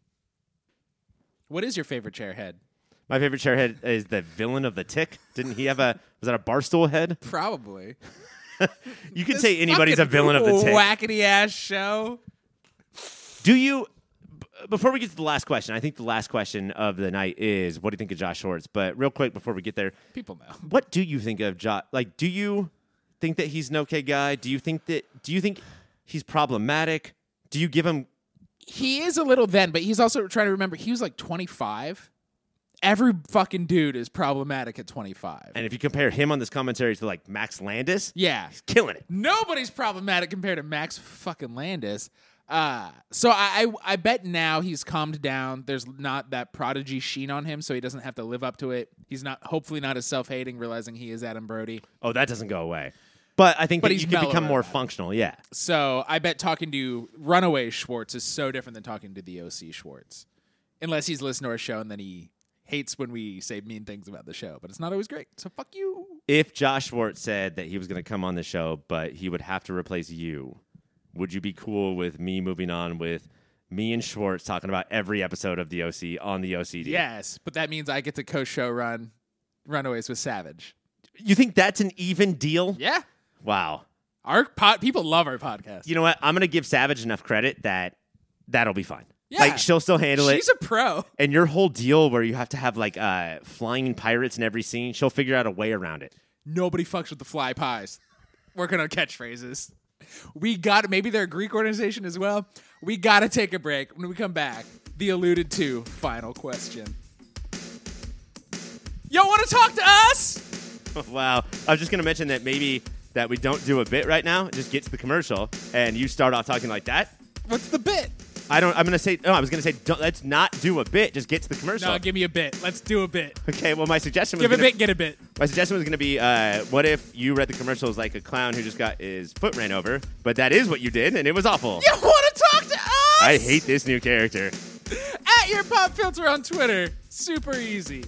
S2: What is your favorite chair head?
S3: My favorite chair head is the villain of the Tick. Didn't he have a? Was that a barstool head?
S2: Probably.
S3: You could say anybody's a villain of the Tick.
S2: Wackety ass show.
S3: Do you? b- Before we get to the last question, I think the last question of the night is, "What do you think of Josh Schwartz?" But real quick before we get there,
S2: People know.
S3: what do you think of Josh? Like, do you think that he's an okay guy? Do you think that? Do you think he's problematic? Do you give him?
S2: He is a little then, but he's also trying to remember he was like 25. Every fucking dude is problematic at 25.
S3: And if you compare him on this commentary to like Max Landis,
S2: yeah.
S3: killing it.
S2: Nobody's problematic compared to Max fucking Landis. Uh, so I, I I bet now he's calmed down. There's not that prodigy sheen on him, so he doesn't have to live up to it. He's not hopefully not as self hating, realizing he is Adam Brody.
S3: Oh, that doesn't go away. But I think
S2: But
S3: that
S2: he's
S3: you can become
S2: mellower
S3: more
S2: about it.
S3: functional. Yeah.
S2: So I bet talking to Runaway Schwartz is so different than talking to the OC Schwartz, unless he's listened to our show and then he hates when we say mean things about the show. But it's not always great. So fuck you.
S3: If Josh Schwartz said that he was going to come on the show, but he would have to replace you, would you be cool with me moving on with me and Schwartz talking about every episode of the OC on the OCD.
S2: Yes, but that means I get to co-show run Runaways with Savage.
S3: You think that's an even deal?
S2: Yeah,
S3: Wow.
S2: our pod people love our podcast.
S3: You know what? I'm going to give Savage enough credit that that'll be fine.
S2: Yeah.
S3: Like she'll still handle it.
S2: She's a pro.
S3: and your whole deal where you have to have like uh, flying pirates in every scene, she'll figure out a way around it.
S2: Nobody fucks with the fly pies. Working on catchphrases. We got maybe they're a Greek organization as well. We gotta take a break. When we come back, the alluded to final question. Y'all wanna talk to us?
S3: wow. I was just going to mention that maybe that we don't do a bit right now. It just gets the commercial and you start off talking like that.
S2: What's the bit?
S3: I don't. I'm gonna say. No, I was gonna say. Don't, let's not do a bit. Just get to the commercial.
S2: No, give me a bit. Let's do a bit.
S3: okay. Well, my suggestion was
S2: Give a
S3: gonna,
S2: bit, get a bit.
S3: My suggestion was gonna be. Uh, what if you read the commercials like a clown who just got his foot ran over? But that is what you did, and it was awful.
S2: You wanna talk to us?
S3: I hate this new character.
S2: at your pop filter on Twitter. Super easy.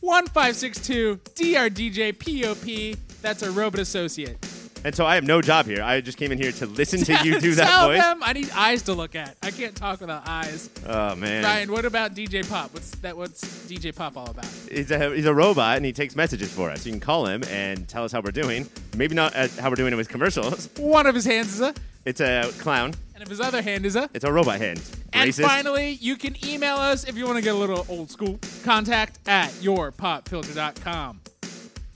S2: 1562 DRDJPOP. That's a robot associate.
S3: And so I have no job here. I just came in here to listen to you do
S2: Tell
S3: that voice.
S2: them I need eyes to look at. I can't talk without eyes.
S3: Oh man,
S2: Ryan, what about DJ Pop? What's that? What's DJ Pop all about?
S3: he's a he's a robot, and he takes messages for us. You can call him and tell us how we're doing. Maybe not uh, how we're doing with commercials.
S2: One of his hands is a,
S3: It's a clown.
S2: and of his other hand is a.
S3: It's a robot hand.
S2: And
S3: Racist.
S2: finally, you can email us if you want to get a little old school. Contact at yourpopfilter.com.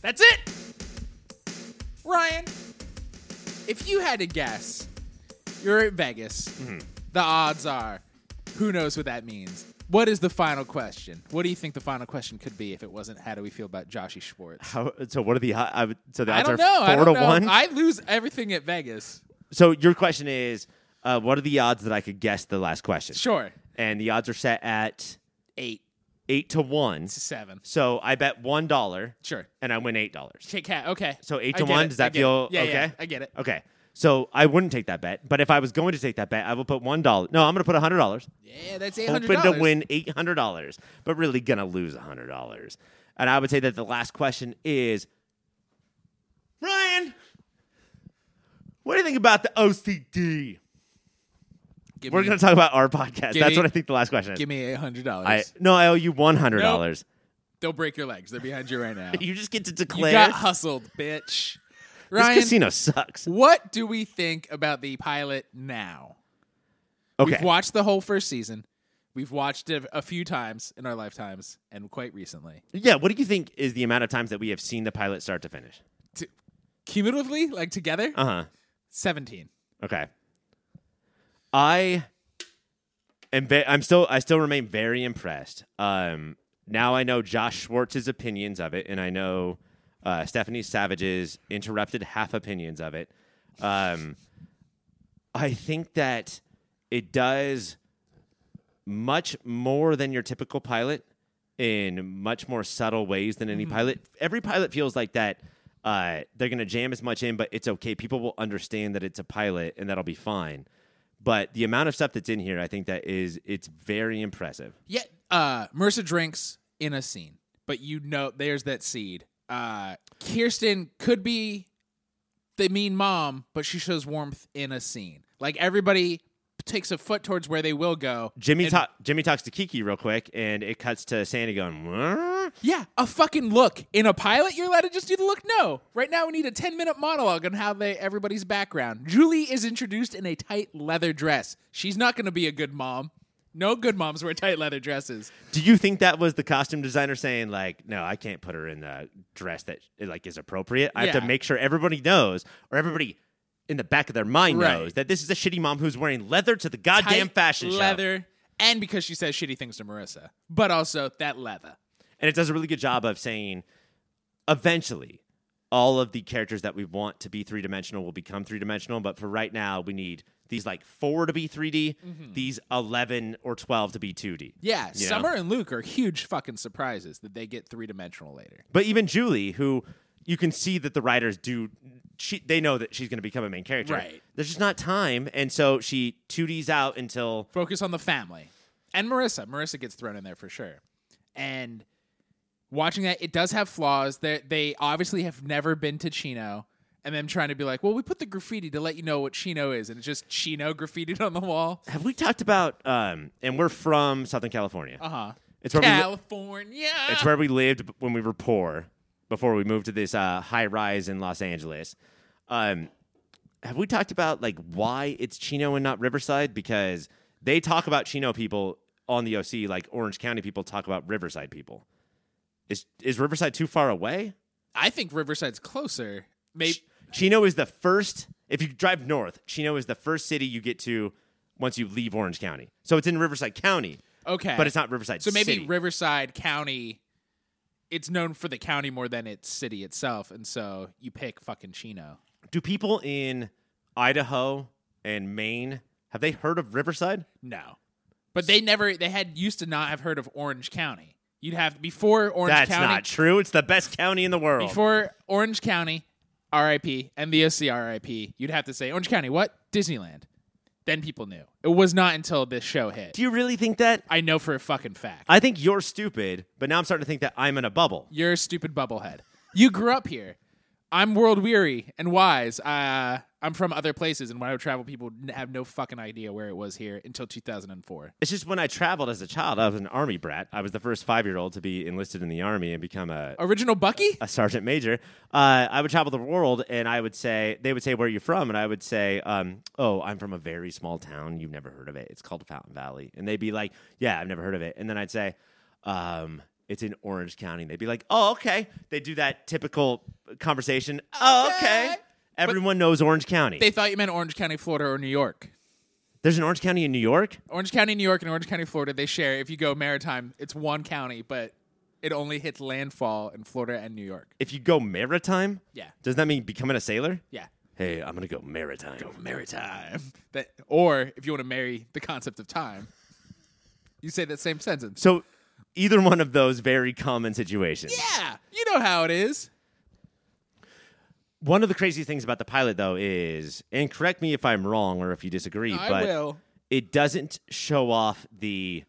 S2: That's it! Ryan, if you had to guess, you're at Vegas.
S3: Mm-hmm.
S2: The odds are, who knows what that means? What is the final question? What do you think the final question could be if it wasn't how do we feel about Joshy Schwartz?
S3: How, so what are the I, I, would- so the
S2: I
S3: odds
S2: don't
S3: are
S2: know.
S3: four
S2: I
S3: to
S2: don't know.
S3: one.
S2: I lose everything at Vegas.
S3: So your question is, uh, what are the odds that I could guess the last question?
S2: Sure.
S3: And the odds are set at
S2: Eight
S3: eight to one.
S2: to seven.
S3: So I bet one dollar.
S2: Sure.
S3: And I win eight dollars.
S2: Kit Kat. Okay.
S3: So eight
S2: I
S3: to
S2: get
S3: one.
S2: it.
S3: Does
S2: I
S3: that
S2: get it.
S3: feel
S2: Yeah,
S3: okay?
S2: yeah, I get it.
S3: Okay. So I wouldn't take that bet, but if I was going to take that bet, I will put one dollar. No, I'm going to put hundred dollars.
S2: Yeah, that's eight hundred
S3: Hoping to win eight hundred dollars, but really gonna lose hundred dollars. And I would say that the last question is, Ryan, what do you think about the OCD?
S2: Give
S3: We're
S2: me,
S3: going to talk about our podcast.
S2: Give
S3: That's
S2: me-
S3: what I think the last question is.
S2: give me eight hundred
S3: I,
S2: dollars.
S3: no, I owe you one hundred dollars.
S2: They'll break your legs. They're behind you right now. you
S3: You just get to
S2: got
S3: declare.
S2: hustled, bitch.
S3: this
S2: Ryan,
S3: casino sucks.
S2: what do we think about the pilot now?
S3: Okay,
S2: We've watched the whole first season. We've watched it a few times in our lifetimes, and quite recently.
S3: yeah. What do you think is the amount of times that we have seen the pilot start to finish?
S2: T- cumulatively, like together,
S3: Uh huh.
S2: seventeen.
S3: Okay. I am. Ve- I'm still. I still remain very impressed. Um. Now I know Josh Schwartz's opinions of it, and I know uh, Stephanie Savage's interrupted half opinions of it. Um. I think that it does much more than your typical pilot in much more subtle ways than any pilot. Every pilot feels like that. Uh, they're going to jam as much in, but it's okay. People will understand that it's a pilot and that'll be fine. But the amount of stuff that's in here, I think that is, it's very impressive.
S2: Yeah, uh, Marissa drinks in a scene, but you know there's that seed. Uh, Kirsten could be the mean mom, but she shows warmth in a scene. Like everybody takes a foot towards where they will go.
S3: Jimmy,
S2: And-
S3: ta- Jimmy talks to Kiki real quick and it cuts to Sandy going, "Wah?"
S2: yeah, a fucking look in a pilot. You're allowed to just do the look. No, right now we need a ten minute monologue on how they everybody's background. Julie is introduced in a tight leather dress. She's not going to be a good mom. No good moms wear tight leather dresses.
S3: Do you think that was the costume designer saying like, "No, I can't put her in the dress that like is appropriate. I have
S2: Yeah.
S3: to make sure everybody knows, or everybody in the back of their mind
S2: Right.
S3: knows that this is a shitty mom who's wearing leather to the goddamn
S2: damn
S3: fashion show."
S2: leather, and because she says shitty things to Marissa, but also that leather.
S3: And it does a really good job of saying, eventually, all of the characters that we want to be three dimensional will become three dimensional. But for right now, we need these like four to be 3D, these eleven or twelve to be 2D.
S2: Mm-hmm. Yeah,
S3: You know?
S2: Summer and Luke are huge fucking surprises that they get three dimensional later.
S3: But even Julie, who you can see that the writers do, she they know that she's going to become a main character.
S2: Right.
S3: There's just not time, and so she 2Ds out until
S2: Focus on the family and Marissa. Marissa gets thrown in there for sure. And watching that, it does have flaws. They they obviously have never been to Chino, and them trying to be like, well, we put the graffiti to let you know what Chino is, and it's just Chino graffitied on the wall.
S3: Have we talked about? Um, and we're from Southern California.
S2: Uh huh.
S3: It's where we li-
S2: California.
S3: it's where we lived when we were poor before we moved to this uh, high rise in Los Angeles. Um, have we talked about like why it's Chino and not Riverside? Because they talk about Chino people on the OC like Orange County people talk about Riverside people. Is is Riverside too far away?
S2: I think Riverside's closer. Maybe.
S3: Ch- Chino is the first. If you drive north, Chino is the first city you get to once you leave Orange County. So it's in Riverside County,
S2: Okay.
S3: but it's not Riverside.
S2: So maybe
S3: City.
S2: Riverside County, it's known for the county more than its city itself, and so you pick fucking Chino.
S3: Do people in Idaho and Maine have they heard of Riverside?
S2: No, but they never they had used to not have heard of Orange County. You'd have before Orange
S3: That's
S2: County.
S3: not true. It's the best county in the world.
S2: Before Orange County, R.I.P. and the OC R.I.P. You'd have to say Orange County. What Disneyland? Then people knew. It was not until this show hit.
S3: Do you really think that?
S2: I know for a fucking fact.
S3: I think you're stupid, but now I'm starting to think that I'm in a bubble.
S2: You're a stupid bubblehead. You grew up here. I'm world weary and wise. Uh, I'm from other places, and when I would travel, people n- have no fucking idea where it was here until 2004.
S3: It's just when I traveled as a child, I was an army brat. I was the first five year old to be enlisted in the army and become a,
S2: Original Bucky?
S3: a sergeant major. Uh, I would travel the world and I would say, they would say, Where are you from? And I would say, um, Oh, I'm from a very small town. You've never heard of it. It's called Fountain Valley. And they'd be like, Yeah, I've never heard of it. And then I'd say, um, It's in Orange County. They'd be like, Oh, okay. They do that typical conversation. Oh, okay.
S2: Okay.
S3: Everyone knows Orange County.
S2: They thought you meant Orange County, Florida, or New York.
S3: There's an Orange County in New York.
S2: Orange County, New York, and Orange County, Florida, they share. If you go maritime, it's one county, but it only hits landfall in Florida and New York.
S3: If you go maritime,
S2: Yeah.
S3: does that mean becoming a sailor?
S2: Yeah.
S3: Hey, I'm gonna go maritime.
S2: Maritime. That, or if you want to marry the concept of time, you say that same sentence.
S3: So, either one of those very common situations.
S2: Yeah. You know how it is.
S3: One of the crazy things about the pilot, though, is, and correct me if I'm wrong or if you disagree,
S2: I
S3: but
S2: will.
S3: it doesn't show off the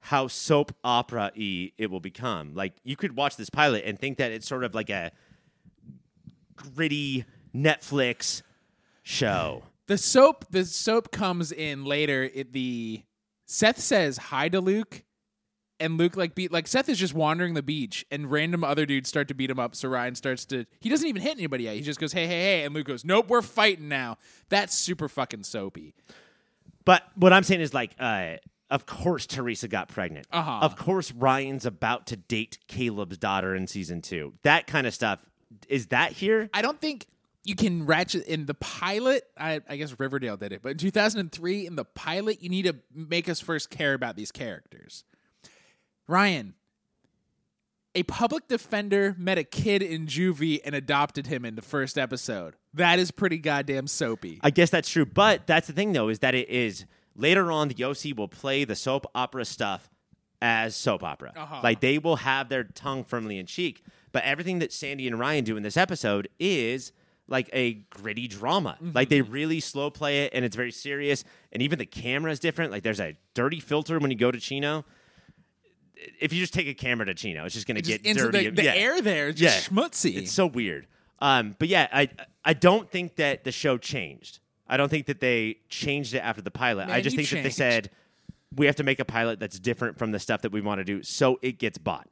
S3: how soap opera y it will become. Like, you could watch this pilot and think that it's sort of like a gritty Netflix show.
S2: The soap the soap comes in later it the Seth says hi to Luke and Luke like beat like Seth is just wandering the beach and random other dudes start to beat him up so Ryan starts to he doesn't even hit anybody yet. He just goes, Hey, hey, hey, and Luke goes, Nope, we're fighting now. That's super fucking soapy.
S3: But what I'm saying is like, uh, of course Teresa got pregnant.
S2: Uh-huh.
S3: Of course Ryan's about to date Caleb's daughter in season two. That kind of stuff. Is that here?
S2: I don't think you can ratchet in the pilot. I, I guess Riverdale did it, but in 2003, in the pilot, you need to make us first care about these characters. Ryan, a public defender met a kid in juvie and adopted him in the first episode. That is pretty goddamn soapy.
S3: I guess that's true. But that's the thing though, is that it is later on the OC will play the soap opera stuff as soap opera.
S2: Uh-huh.
S3: Like they will have their tongue firmly in cheek. But everything that Sandy and Ryan do in this episode is like a gritty drama.
S2: Mm-hmm.
S3: Like they really slow play it and it's very serious. And even the camera is different. Like there's a dirty filter when you go to Chino. If you just take a camera to Chino, it's just going to
S2: Just
S3: get
S2: into
S3: dirty.
S2: the, the
S3: Yeah.
S2: air there, is
S3: Yeah.
S2: just schmutzy.
S3: It's so weird. Um, but yeah, I I don't think that the show changed. I don't think that they changed it after the pilot. I
S2: Man,
S3: just
S2: you
S3: think that they
S2: changed.
S3: said we have to make a pilot that's different from the stuff that we want to do, so it gets bought.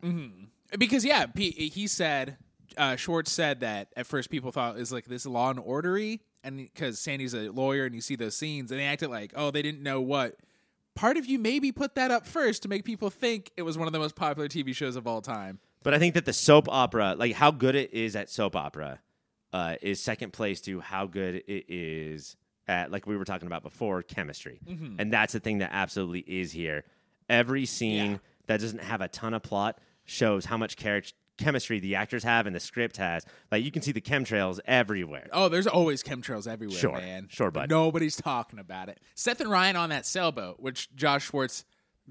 S2: because yeah, P- he said uh, Schwartz said that at first people thought it was like this law and ordery, and because Sandy's a lawyer and you see those scenes, and they acted like oh they didn't know what. Part of you maybe put that up first to make people think it was one of the most popular TV shows of all time.
S3: But I think that the soap opera, like how good it is at soap opera, uh, is second place to how good it is at, like we were talking about before, chemistry.
S2: Mm-hmm.
S3: And that's the thing that absolutely is here. Every scene
S2: Yeah.
S3: that doesn't have a ton of plot shows how much char- chemistry the actors have and the script has. Like you can see the chemtrails everywhere.
S2: Oh, there's always chemtrails everywhere,
S3: Sure.
S2: man.
S3: Sure, bud.
S2: Nobody's talking about it. Seth and Ryan on that sailboat, which Josh Schwartz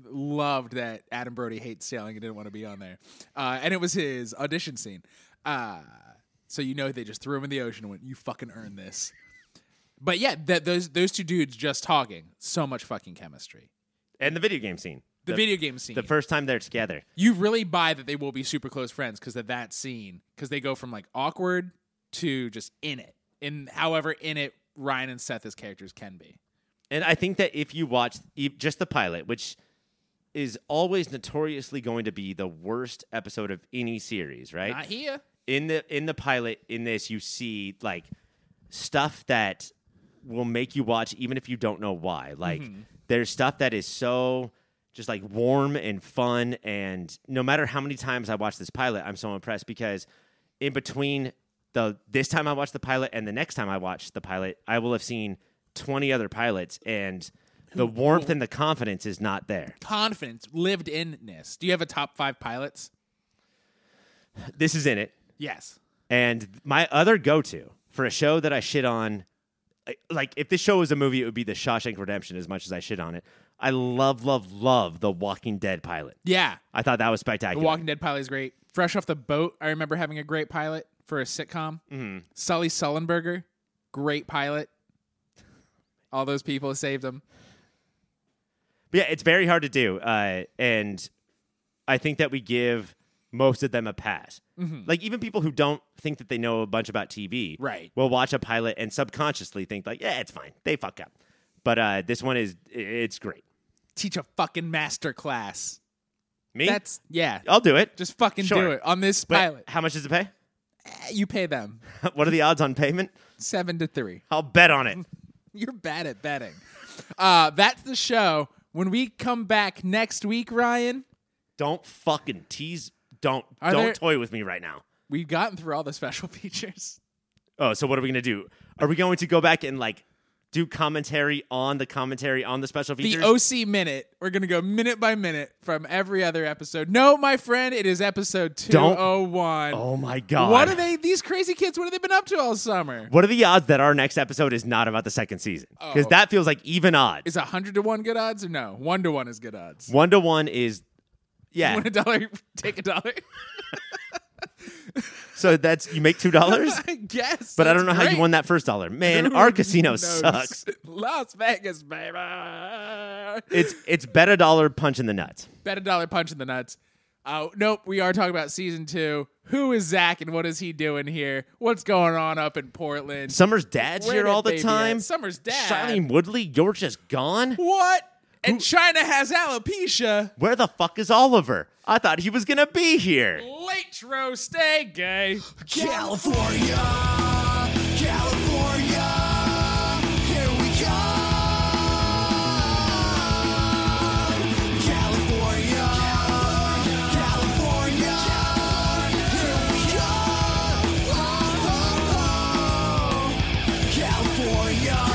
S2: loved that Adam Brody hates sailing and didn't want to be on there. Uh, and it was his audition scene. Uh, so you know they just threw him in the ocean and went, you fucking earned this. But yeah, that those those two dudes just talking. So much fucking chemistry.
S3: And the video game scene.
S2: The, video game scene.
S3: The first time they're together.
S2: you really buy that they will be super close friends because of that scene. Because they go from like awkward to just in it, in however in it Ryan and Seth as characters can be.
S3: And I think that if you watch e- just the pilot, which is always notoriously going to be the worst episode of any series, right?
S2: Not here.
S3: in the in the pilot in this you see like stuff that will make you watch even if you don't know why like there's stuff that is so just like warm and fun and no matter how many times i watch this pilot i'm so impressed because in between the this time i watch the pilot and the next time i watch the pilot i will have seen 20 other pilots and the warmth and the confidence is not there
S2: Confidence, lived inness. Do you have a top five pilots?
S3: this is in it
S2: Yes.
S3: And my other go to for a show that I shit on, I- like if this show was a movie, it would be The Shawshank Redemption as much as I shit on it. I love, love, love The Walking Dead pilot.
S2: Yeah.
S3: I thought that was
S2: The
S3: spectacular.
S2: Walking Dead pilot is great. Fresh off the boat, I remember having a great pilot for a sitcom. Sully Sullenberger, great pilot. All those people saved him.
S3: But yeah, it's very hard to do. Uh, and I think that we give most of them a pass.
S2: Mm-hmm.
S3: Like even people who don't think that they know a bunch about TV,
S2: Right.
S3: will watch a pilot and subconsciously think like, yeah, it's fine. They fuck up. But uh, this one is i- it's great.
S2: Teach a fucking master class.
S3: Me,
S2: That's yeah.
S3: I'll do it.
S2: Just fucking do
S3: Sure.
S2: it on this
S3: But
S2: pilot.
S3: How much does it pay?
S2: You pay them
S3: what are the odds on payment?
S2: seven to three.
S3: I'll bet on it.
S2: You're bad at betting. Uh, that's the show. When we come back next week, Ryan,
S3: Don't fucking tease. Don't
S2: Are
S3: don't
S2: there-
S3: toy with me right now.
S2: we've gotten through all the special features.
S3: Oh, so what are we gonna do? Are we going to go back and like do commentary on the commentary on the special
S2: The
S3: features?
S2: OC minute. We're gonna go minute by minute from every other episode. No, my friend, it is episode two
S3: Don't-
S2: oh one.
S3: oh my god!
S2: What are they? These crazy kids. What have they been up to all summer?
S3: What are the odds that our next episode is not about the second season? Because
S2: Oh.
S3: that feels like even odds.
S2: Is a hundred to one good odds or no? One to one is good odds.
S3: One to one is, yeah.
S2: Win a dollar, take a dollar.
S3: so that's you make two dollars,
S2: I guess.
S3: but I
S2: that's
S3: don't know how
S2: great.
S3: you won that first dollar. Man, our casino
S2: Who
S3: sucks.
S2: knows? Las Vegas, baby.
S3: It's it's bet a dollar punch in the nuts.
S2: bet a dollar punch in the nuts. Uh, nope, we are talking about season two. Who is Zach and what is he doing here? What's going on up in Portland?
S3: Summer's dad's
S2: Where
S3: here
S2: did
S3: all the
S2: baby
S3: time.
S2: at? Summer's dad.
S3: Shailene Woodley, you're just gone.
S2: what? And China has alopecia.
S3: Where the fuck is Oliver? I thought he was gonna be here.
S2: Latro, stay eh, gay.
S1: California, California, here we come. California, California, here we come. Oh, oh, oh. California.